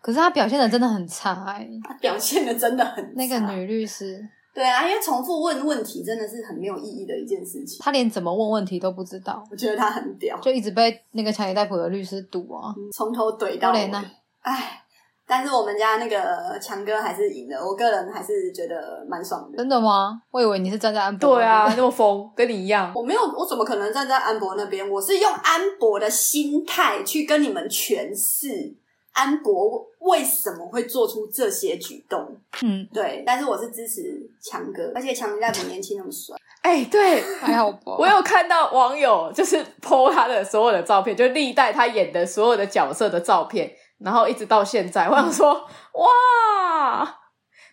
Speaker 3: 可是他表现的真的很差、哎，
Speaker 2: 他表现的真的很
Speaker 3: 那个
Speaker 2: 差
Speaker 3: 女律师，
Speaker 2: 对啊，因为重复问问题真的是很没有意义的一件事情，
Speaker 3: 她连怎么问问题都不知道，
Speaker 2: 我觉得他很屌，
Speaker 3: 就一直被那个强尼戴普的律师堵啊。
Speaker 2: 嗯从头怼到
Speaker 3: 欧
Speaker 2: 尾
Speaker 3: 蕾娜，
Speaker 2: 哎。但是我们家那个强哥还是赢了，我个人还是觉得蛮爽的。
Speaker 3: 真的吗？我以为你是站在安博。
Speaker 1: 对啊，，那么疯，跟你一样。
Speaker 2: 我没有，我怎么可能站在安博那边？我是用安博的心态去跟你们诠释安博为什么会做出这些举动。
Speaker 3: 嗯，
Speaker 2: 对，但是我是支持强哥，而且强哥在比年轻那么帅，
Speaker 1: *laughs* 哎，对，
Speaker 3: 还好吧。
Speaker 1: 我有看到网友就是 PO 他的所有的照片，就历代他演的所有的角色的照片，然后一直到现在，我想说，哇，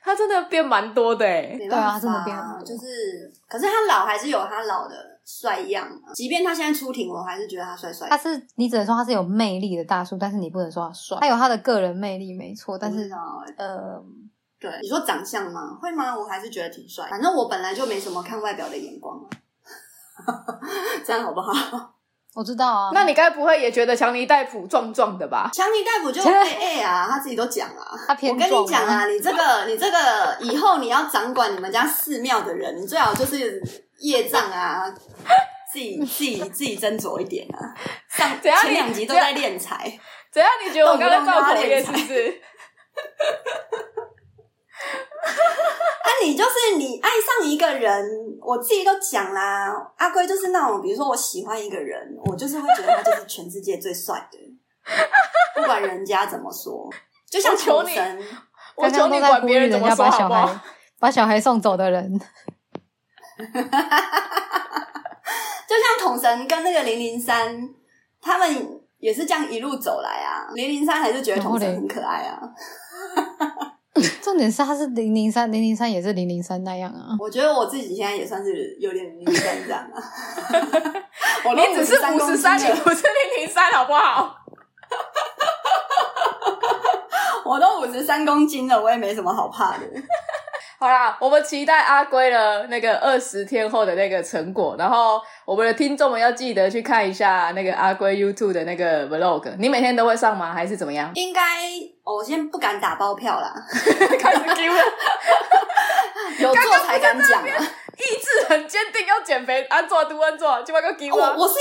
Speaker 1: 他真的变蛮多的哎。
Speaker 2: 没
Speaker 3: 对啊
Speaker 2: 办
Speaker 3: 他真的
Speaker 2: 法
Speaker 3: 变很
Speaker 2: 啊，
Speaker 3: 多
Speaker 2: 就是，可是他老还是有他老的帅样啊。即便他现在出庭，我还是觉得他帅帅的
Speaker 3: 他。是你只能说他是有魅力的大叔，但是你不能说他帅，他有他的个人魅力没错，但
Speaker 2: 我不
Speaker 3: 是
Speaker 2: 知道
Speaker 1: 嗯
Speaker 2: 欸
Speaker 3: 呃，
Speaker 2: 对你说长相吗？会吗？我还是觉得挺帅。反正我本来就没什么看外表的眼光、啊， *laughs* 这样好不好？
Speaker 3: 我知道啊，
Speaker 1: 那你该不会也觉得强尼戴普壮壮的吧？
Speaker 2: 强尼戴普
Speaker 3: *laughs*
Speaker 2: 就 AA 啊，他自己都讲啊。
Speaker 3: 他偏
Speaker 2: 我跟
Speaker 3: 壮
Speaker 2: 你讲啊，你这个你这个以后你要掌管你们家寺庙的人，你最好就是业障啊，自己自己自己斟酌一点啊。上
Speaker 1: 怎样
Speaker 2: 前两集都在练财，
Speaker 1: *laughs* 怎样？你觉得我刚刚造口业是不 *laughs* 是？
Speaker 2: 啊，你就是你爱上一个人，我自己都讲啦。阿龟就是那种，比如说我喜欢一个人，我就是会觉得他就是全世界最帅的，不管人家怎么说。就像
Speaker 1: 我求
Speaker 2: 求
Speaker 1: 你
Speaker 2: 神，
Speaker 1: 我
Speaker 3: 刚
Speaker 1: 求
Speaker 3: 刚
Speaker 1: 你
Speaker 3: 都在
Speaker 1: 管
Speaker 3: 呼
Speaker 1: 别
Speaker 3: 吁
Speaker 1: 人怎
Speaker 3: 人
Speaker 1: 么
Speaker 3: 家
Speaker 1: 说
Speaker 3: 把
Speaker 1: 好
Speaker 3: 小
Speaker 1: 不好
Speaker 3: 孩？把小孩送走的人，
Speaker 2: 就像统神跟那个零零三，他们也是这样一路走来啊。零零三还是觉得统神很可爱啊。
Speaker 3: 重点是他是零零三，零零三也是零零三那样啊。
Speaker 2: 我觉得我自己现在也算是有点零零三这样
Speaker 1: *laughs*
Speaker 2: 啊。我都
Speaker 1: 你只是
Speaker 2: 53
Speaker 1: 五
Speaker 2: 公
Speaker 1: 十
Speaker 2: 斤
Speaker 1: 三，你
Speaker 2: 了，
Speaker 1: 不是零零三，好不好？
Speaker 2: 我都五十三公斤了，我也没什么好怕的。？
Speaker 1: 好啦，我们期待阿龟的那个二十天后的那个成果，然后我们的听众们要记得去看一下那个阿龟 YouTube 的那个 Vlog。你每天都会上吗？还是怎么样
Speaker 2: 应该、哦我先不敢打包票
Speaker 3: *laughs*
Speaker 2: 啦，
Speaker 1: *laughs* 开始 *laughs* Q 了，
Speaker 2: 有做才敢讲啊。
Speaker 1: 意志很坚定要减肥，安坐读安坐，就把个 Q 啊
Speaker 2: 哦我！我是意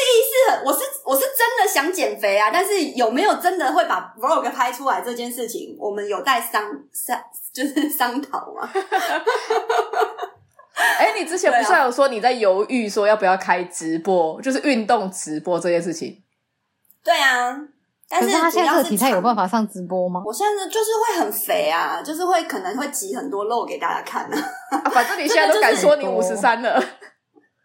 Speaker 2: 思，我是我是真的想减肥啊，但是有没有真的会把 vlog 拍出来这件事情，我们有待商商就是 *laughs* 商讨啊嘛。
Speaker 1: 哎，你之前不是
Speaker 2: 对啊
Speaker 1: 还有说你在犹豫说要不要开直播，就是运动直播这件事情？
Speaker 2: 对啊，但
Speaker 3: 可
Speaker 2: 是
Speaker 3: 是他现在这个体态有办
Speaker 2: 法。
Speaker 3: 法上直播吗？
Speaker 2: 我现在就是会很肥啊，就是会可能会挤很多肉给大家看啊。 *laughs*
Speaker 1: 啊，反正你现在都敢说你五十三了，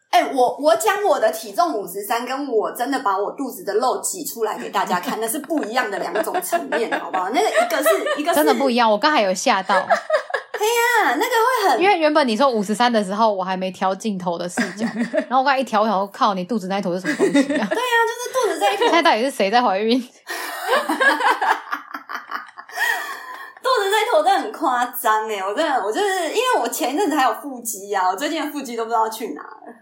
Speaker 2: 哎、我我讲我的体重五十三，跟我真的把我肚子的肉挤出来给大家看，那是不一样的两种层面，好不好？那个一个是一个是
Speaker 3: 真的不一样。我刚才有吓到，
Speaker 2: 啊，那个会很
Speaker 3: 因为原本你说五十三的时候，我还没调镜头的视
Speaker 1: *laughs*
Speaker 3: 角，然后我刚才一调，我想说靠，你肚子那一坨是什么东西啊？
Speaker 2: 肚子
Speaker 3: *laughs*
Speaker 2: 这一坨
Speaker 3: 那到底是谁在怀孕？
Speaker 2: 肚子这一坨真的很夸张哎！我真的，我就是因为我前一阵子还有腹肌啊，我最近的腹肌都不知道去哪了。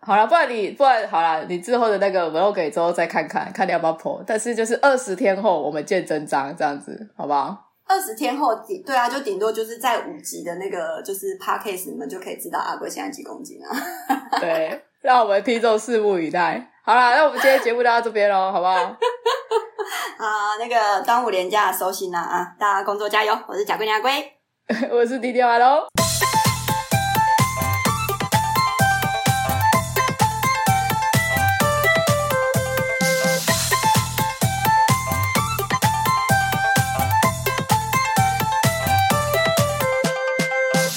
Speaker 1: 好了，不然你不然好了，你之后的那个 vlog 之后再看看，看你要不要 po。但是就是二十天后我们见真章，这样子好不好？
Speaker 2: 二十天后顶对啊，就顶多就是在五集的那个就是 podcast，你们就可以知道阿贵现在几公斤啊。
Speaker 1: 对，让我们听众拭目以待。好了，那我们今天节目就到这边喽，好不好？ *laughs*
Speaker 2: 啊，那个端午连假收心啦啊，大家工作加油！我是贾桂林阿龟。
Speaker 1: 我是迪迪马喽，